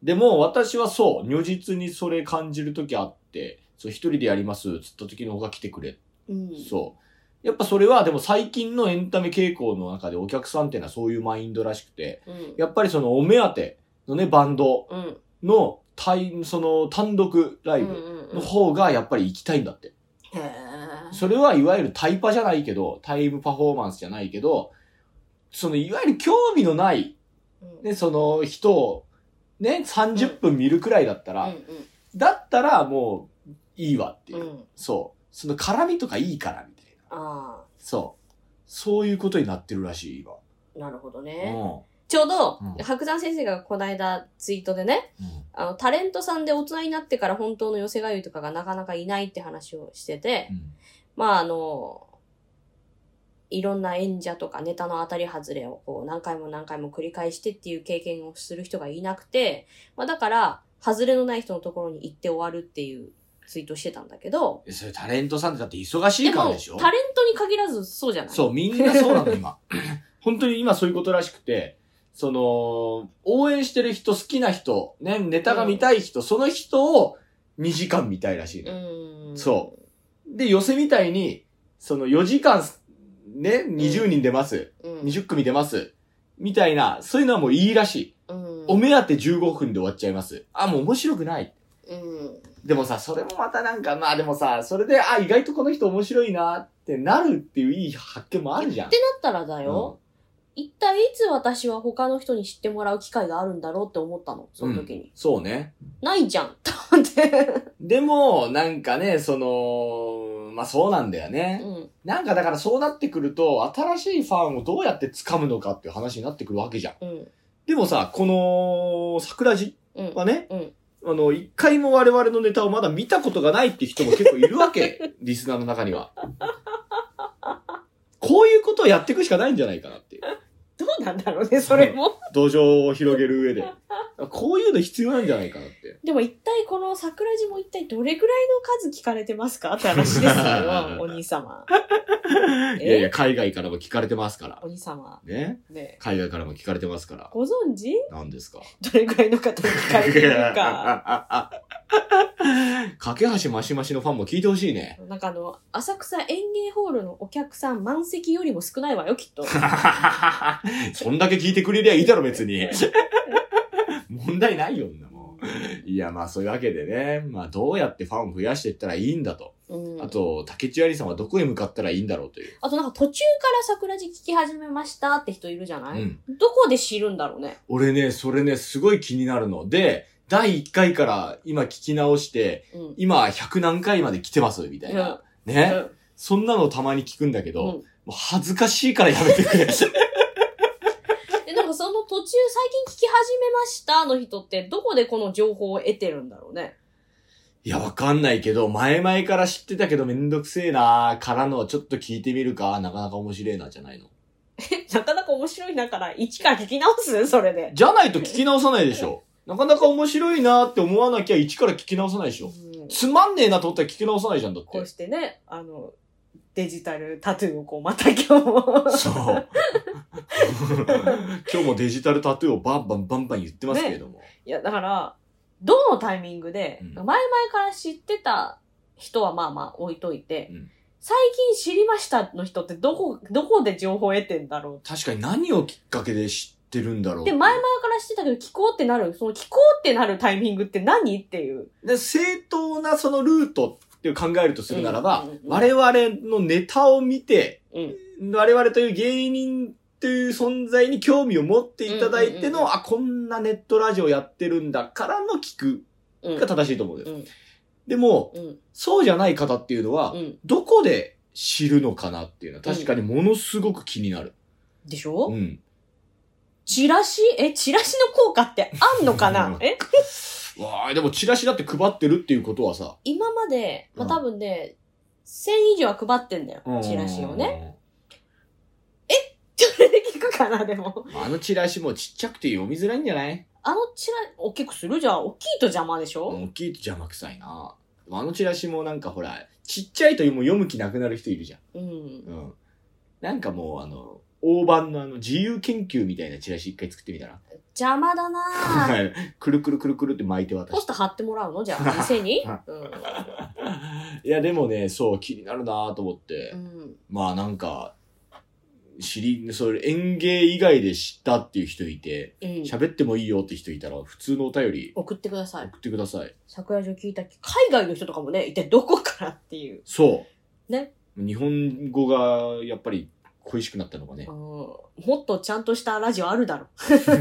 Speaker 2: でも私はそう、如実にそれ感じる時あって、そう、一人でやります、つった時の方が来てくれ。
Speaker 1: うん
Speaker 2: そう。やっぱそれは、でも最近のエンタメ傾向の中でお客さんっていうのはそういうマインドらしくて、
Speaker 1: うん。
Speaker 2: やっぱりそのお目当てのね、バンド
Speaker 1: うん。
Speaker 2: の単、その単独ライブ
Speaker 1: うんうん
Speaker 2: の方がやっぱり行きたいんだって。
Speaker 1: へえ。
Speaker 2: それはいわゆるタイパじゃないけど、タイムパフォーマンスじゃないけど、そのいわゆる興味のない
Speaker 1: うん
Speaker 2: ね、その人を、ね、30分見るくらいだったら、
Speaker 1: う
Speaker 2: だったらもういいわってい
Speaker 1: んう
Speaker 2: う。
Speaker 1: んうん。
Speaker 2: そう。その絡みとかいいからみたいな。
Speaker 1: あ
Speaker 2: そう。そういうことになってるらしい、今。
Speaker 1: あ、なるほど
Speaker 2: う
Speaker 1: ね。ちょうど
Speaker 2: うん、
Speaker 1: 白山先生がこの間ツイートでね、
Speaker 2: んうん。
Speaker 1: あの、タレントさんで大人になってから本当の寄せがゆいとかがなかなかいないって話をしてて、
Speaker 2: うん。
Speaker 1: まああの、いろんな演者とかネタの当たり外れをこう何回も何回も繰り返してっていう経験をする人がいなくて、まあだから、外れのない人のところに行って終わるっていうツイートしてたんだけど、
Speaker 2: えそれタレントさんってだって忙しい
Speaker 1: で
Speaker 2: から
Speaker 1: も、
Speaker 2: でしょ
Speaker 1: タレントに限らずそうじゃない
Speaker 2: そう、みんなそうなの、今。 本当に今そういうことらしくて、その、応援してる人、好きな人、ね、ネタが見たい人、その人を2時間見たいらしいの。
Speaker 1: うん。
Speaker 2: そで、寄せみたいに、その4時間、ね、20人出ます。
Speaker 1: う。うん。
Speaker 2: 20組出ます。みたいな、そういうのはもういいらしい。
Speaker 1: うん。
Speaker 2: お目当て15分で終わっちゃいます。あ、もう面白くない。
Speaker 1: うん。
Speaker 2: でもさ、それもまたなんか、まあでもさ、それで、あ、意外とこの人面白いなってなるっていういい発見もあるじゃん。
Speaker 1: ってなったらだよ、一体いつ私は他の人に知ってもらう機会があるんだろうって思ったの、その時に。
Speaker 2: うんそうね。
Speaker 1: ないじゃん、と思って。
Speaker 2: でも、なんかね、その、まあそうなんだよね。
Speaker 1: うん。
Speaker 2: なんかだからそうなってくると、新しいファンをどうやって掴むのかっていう話になってくるわけじゃん。
Speaker 1: うん。
Speaker 2: でもさ、この、桜地
Speaker 1: うん。
Speaker 2: はね、
Speaker 1: うん
Speaker 2: あの、一回も我々のネタをまだ見たことがないっていう人も結構いる わけ。リスナーの中には。こういうことをやっていくしかないんじゃないかなっていう。
Speaker 1: どうなんだろうね、それも。
Speaker 2: 土壌を広げる上で。こういうの必要なんじゃないかなって。
Speaker 1: でも一体この桜島一体どれぐらいの数聞かれてますかって話 ですよ、お兄様。
Speaker 2: いやいや、海外からも聞かれてますから。
Speaker 1: お兄様。
Speaker 2: ね。
Speaker 1: ね
Speaker 2: 海外からも聞かれてますから。
Speaker 1: ご存知
Speaker 2: 何ですか
Speaker 1: どれぐらいの方に聞かれてるか。
Speaker 2: 架け橋マシマシのファンも聞いてほしいね。
Speaker 1: なんかあの、浅草園芸ホールのお客さん満席よりも少ないわよ、きっ と。
Speaker 2: そんだけ聞いてくれりゃいいだろ、別に。問題ないよ、んなもん。いや、まあそういうわけでね、まあどうやってファンを増やしていったらいいんだと。
Speaker 1: うん
Speaker 2: あと、竹内ありさんはどこへ向かったらいいんだろうという。
Speaker 1: あとなんか途中から桜地聞き始めましたって人いるじゃ
Speaker 2: う
Speaker 1: ない、
Speaker 2: ん。
Speaker 1: どこで知るんだろうね。
Speaker 2: 俺ね、それね、すごい気になるので、第1回から今聞き直して、
Speaker 1: うん。
Speaker 2: 今100何回まで来てます、みたいな。ね。
Speaker 1: うん
Speaker 2: そんなのたまに聞くんだけど、
Speaker 1: うん
Speaker 2: もう恥ずかしいからやめてく
Speaker 1: で、
Speaker 2: れ。
Speaker 1: なんかその途中最近聞き始めましたの人ってどこでこの情報を得てるんだろうね。
Speaker 2: いや、わかんないけど、前々から知ってたけどめんどくせえなからの、ちょっと聞いてみるか、なかなか面白いな、じゃないの。
Speaker 1: なかなか面白いなから一から聞き直すそれで。
Speaker 2: じゃないと聞き直さないでしょ。なかなか面白いなって思わなきゃ一から聞き直さないでし
Speaker 1: う
Speaker 2: ょ。
Speaker 1: ん
Speaker 2: つまんねえなと思ったら聞き直さないじゃん、だっ
Speaker 1: こ
Speaker 2: て
Speaker 1: う。してね、あの、デジタルタトゥーをこうまた今日も
Speaker 2: そう。今日もデジタルタトゥーをバンバンバンバン言ってますけれども。
Speaker 1: いや、だから、どのタイミングで、
Speaker 2: う
Speaker 1: 前
Speaker 2: ん
Speaker 1: 々から知ってた人はまあまあ置いといて、
Speaker 2: うん
Speaker 1: 最近知りましたの人ってどこ、どこで情報を得てんだろう
Speaker 2: 確かに何をきっかけで知ってるんだろうって
Speaker 1: で、
Speaker 2: いう。
Speaker 1: 前々から知ってたけど、聞こうってなる、その聞こうってなるタイミングって何っていう。
Speaker 2: で正当なそのルートっていう考えるとするならば、
Speaker 1: うんうんうん
Speaker 2: 我々のネタを見て、
Speaker 1: うん
Speaker 2: 我々という芸人という存在に興味を持っていただいての、
Speaker 1: うんうんうん
Speaker 2: あ、こんなネットラジオやってるんだからの聞く
Speaker 1: うん
Speaker 2: が正しいと思うんです。
Speaker 1: うん
Speaker 2: でも、
Speaker 1: うん。
Speaker 2: そうじゃない方っていうのは、
Speaker 1: うん。
Speaker 2: どこで知るのかなっていうのは確かにものすごく気になる。
Speaker 1: でしょ、
Speaker 2: うん。
Speaker 1: チラシえ、チラシの効果ってあんのか
Speaker 2: うん
Speaker 1: なえ
Speaker 2: わあでもチラシだって配ってるっていうことはさ。
Speaker 1: 今まで、まあ、
Speaker 2: うん
Speaker 1: 多分ね、1000以上は配ってんだよ。チラシをね。
Speaker 2: ね。
Speaker 1: それで聞くかな、でも。
Speaker 2: あのチラシもちっちゃくて読みづらいんじゃない
Speaker 1: あのチラ、大きくするじゃん。大きいと邪魔でしょ、
Speaker 2: 大きいと邪魔くさいな。あのチラシもなんかほら、ちっちゃいともう読む気なくなる人いるじゃ
Speaker 1: うん、
Speaker 2: ん。うん。なんかもうあの、大判のあの自由研究みたいなチラシ一回作ってみたら。
Speaker 1: 邪魔だ なぁ。
Speaker 2: はいくるくるくるくるって巻いて渡
Speaker 1: ポ
Speaker 2: し
Speaker 1: スター貼ってもらうのじゃあ、店 にうん。
Speaker 2: いやでもね、そう気になるなと思って。
Speaker 1: うん。
Speaker 2: まあなんか、知り、それ園芸以外で知ったっていう人いて、
Speaker 1: うん。
Speaker 2: 喋ってもいいよって人いたら普通のお便り
Speaker 1: 送ってください。
Speaker 2: 送ってください。
Speaker 1: 桜城聞いた海外の人とかもね、一体どこからっていう。
Speaker 2: そう。
Speaker 1: ね。
Speaker 2: 日本語がやっぱり恋しくなったのかね
Speaker 1: うん。もっとちゃんとしたラジオあるだろ。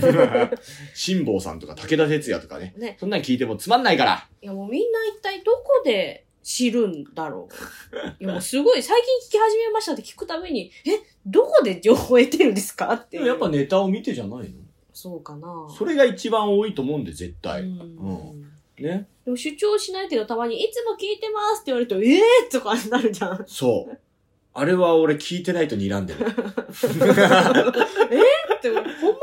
Speaker 2: 辛坊さんとか武田鉄矢とかね。
Speaker 1: ね
Speaker 2: そんなん聞いてもつまんないから。
Speaker 1: いやもうみんな一体どこで知るんだろ う。いやもうすごい、最近聞き始めましたって聞くために、え、どこで情報を得てるんですかっていう。
Speaker 2: ネタを見てじゃない
Speaker 1: そうかな
Speaker 2: のそれが一番多いと思うんで、絶
Speaker 1: う
Speaker 2: 対。
Speaker 1: ん。
Speaker 2: ね。
Speaker 1: でも主張しないけどたまに、いつも聞いてますって言われると、ええー、とかになるじ ゃん。
Speaker 2: そう。あれは俺聞いてないと睨んでる。
Speaker 1: でも、ほんまか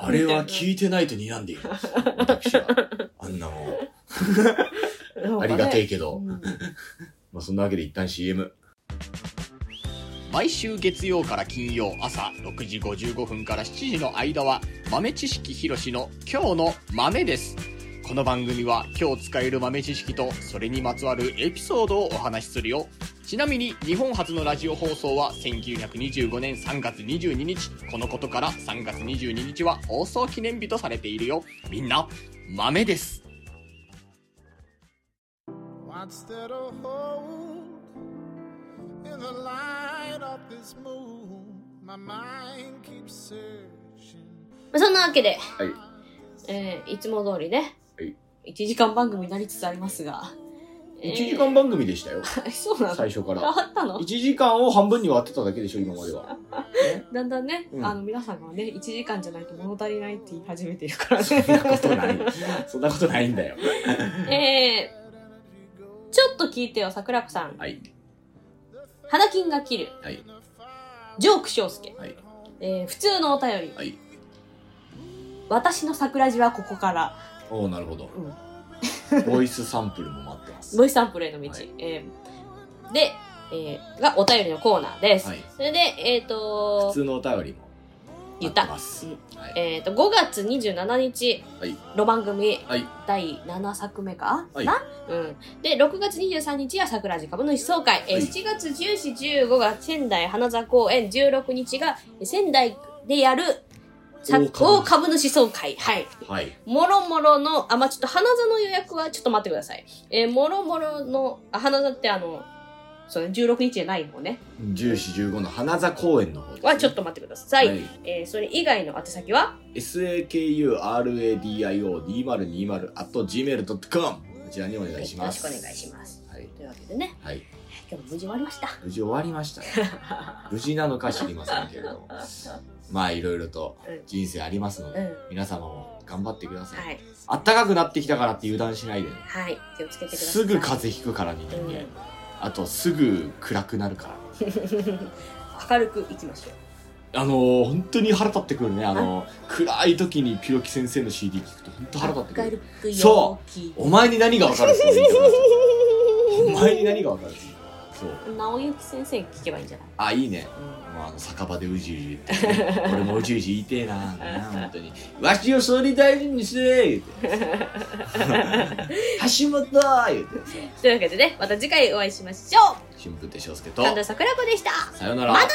Speaker 2: あれは聞いてないと睨んでいる。私は。あんなもん。
Speaker 1: なんか
Speaker 2: あ
Speaker 1: ね
Speaker 2: りがてえけど。
Speaker 1: うん
Speaker 2: まあそんなわけで一旦 CM。毎週月曜から金曜朝6時55分から7時の間は豆知識ひろしの今日の豆です。この番組は今日使える豆知識とそれにまつわるエピソードをお話しするよ。ちなみに日本初のラジオ放送は1925年3月22日。このことから3月22日は放送記念日とされているよ。みんな、豆です。
Speaker 6: What's there to hold in the light of this moon? My mind keeps searching.
Speaker 1: まあそんなわけで、
Speaker 2: はい
Speaker 1: えーいつも通りね、
Speaker 2: はい
Speaker 1: 1時間番組になりつつありますが、
Speaker 2: 1時間番組でしたよ。
Speaker 1: えー そうなの
Speaker 2: 最初か
Speaker 1: 変わ
Speaker 2: ら。
Speaker 1: ったの
Speaker 2: 1時間を半分に割ってただけでしょ、今 までは。
Speaker 1: だんだんね、
Speaker 2: うん
Speaker 1: あの皆さんがね1時間じゃないと物足りないって言い始めてるから
Speaker 2: そんなこと
Speaker 1: ね
Speaker 2: ない。そんなことないんだよ。
Speaker 1: えー、ちょっと聞いてよ桜子さん
Speaker 2: はい。
Speaker 1: 花金が切る
Speaker 2: はい。
Speaker 1: ジョーク翔介、
Speaker 2: はい。
Speaker 1: えー、普通のお便り
Speaker 2: はい。
Speaker 1: 私の桜地はここから
Speaker 2: おおなるほど
Speaker 1: うん。
Speaker 2: ボイスサンプルも待ってます。
Speaker 1: ボイスサンプルへの道、
Speaker 2: はい
Speaker 1: えーで、えー、がお便りのコーナーです、
Speaker 2: はい。
Speaker 1: それでえっ、ー、と
Speaker 2: 普通のお便りも。
Speaker 1: 言った
Speaker 2: 待てます
Speaker 1: うん
Speaker 2: はい
Speaker 1: えっ、と、5月27日、
Speaker 2: はい
Speaker 1: ロマン組、
Speaker 2: はい
Speaker 1: 第7作目か、
Speaker 2: はい
Speaker 1: な、うん、で、6月23日は桜地株の一総会、えー
Speaker 2: はい
Speaker 1: 7月14、15が仙台花座公演、16日が仙台でやる、
Speaker 2: 大株主
Speaker 1: 大株主総会。はい。
Speaker 2: はい
Speaker 1: もろもろの、あ、まあ、ちょっと花座の予約はちょっと待ってください。えーもろもろの、あ、花座ってあの、そうね、16日じゃない方ね。
Speaker 2: 1415の花座公園の方です、
Speaker 1: はちょっ
Speaker 2: と
Speaker 1: と待ってください。えーそれ以外の宛先は
Speaker 2: sakuradio2020 at gmail.com こちらにお願いし
Speaker 1: よろ
Speaker 2: ま
Speaker 1: し
Speaker 2: す
Speaker 1: くお願いします。
Speaker 2: はい、
Speaker 1: というわけでね、
Speaker 2: はい、
Speaker 1: 今日も無事終わりました。
Speaker 2: 無事終わり ましたね無事なのか知りませんけれどもまあいろいろと
Speaker 1: うん
Speaker 2: 人生ありますので、
Speaker 1: うん。
Speaker 2: 皆様も頑張ってください、
Speaker 1: はい。
Speaker 2: あったかくなってきたからって油断しないでね
Speaker 1: はい。気をつけてください。
Speaker 2: すぐ風邪ひくからね人間、あとすぐ暗くなるから
Speaker 1: 明るくいきましょう。
Speaker 2: あのー本当に腹立ってくるねあのー暗い時にピロキ先生の CD 聞くと本当腹立ってくる
Speaker 1: く陽気
Speaker 2: そお前に何がわ かるそういう言い方お前に何がわかるそう
Speaker 1: 直行先生に聞けばいいんじゃない
Speaker 2: あいいねもうあの酒場でうじうじ言って ね、俺もうじうじ言いてえな本当に「わしを総理大臣 にして!」言うて橋本!」言うて
Speaker 1: というわけでね、また次回お会いしましょう
Speaker 2: 春風亭昇介と
Speaker 1: 神田桜子でした
Speaker 2: さよなら
Speaker 1: またね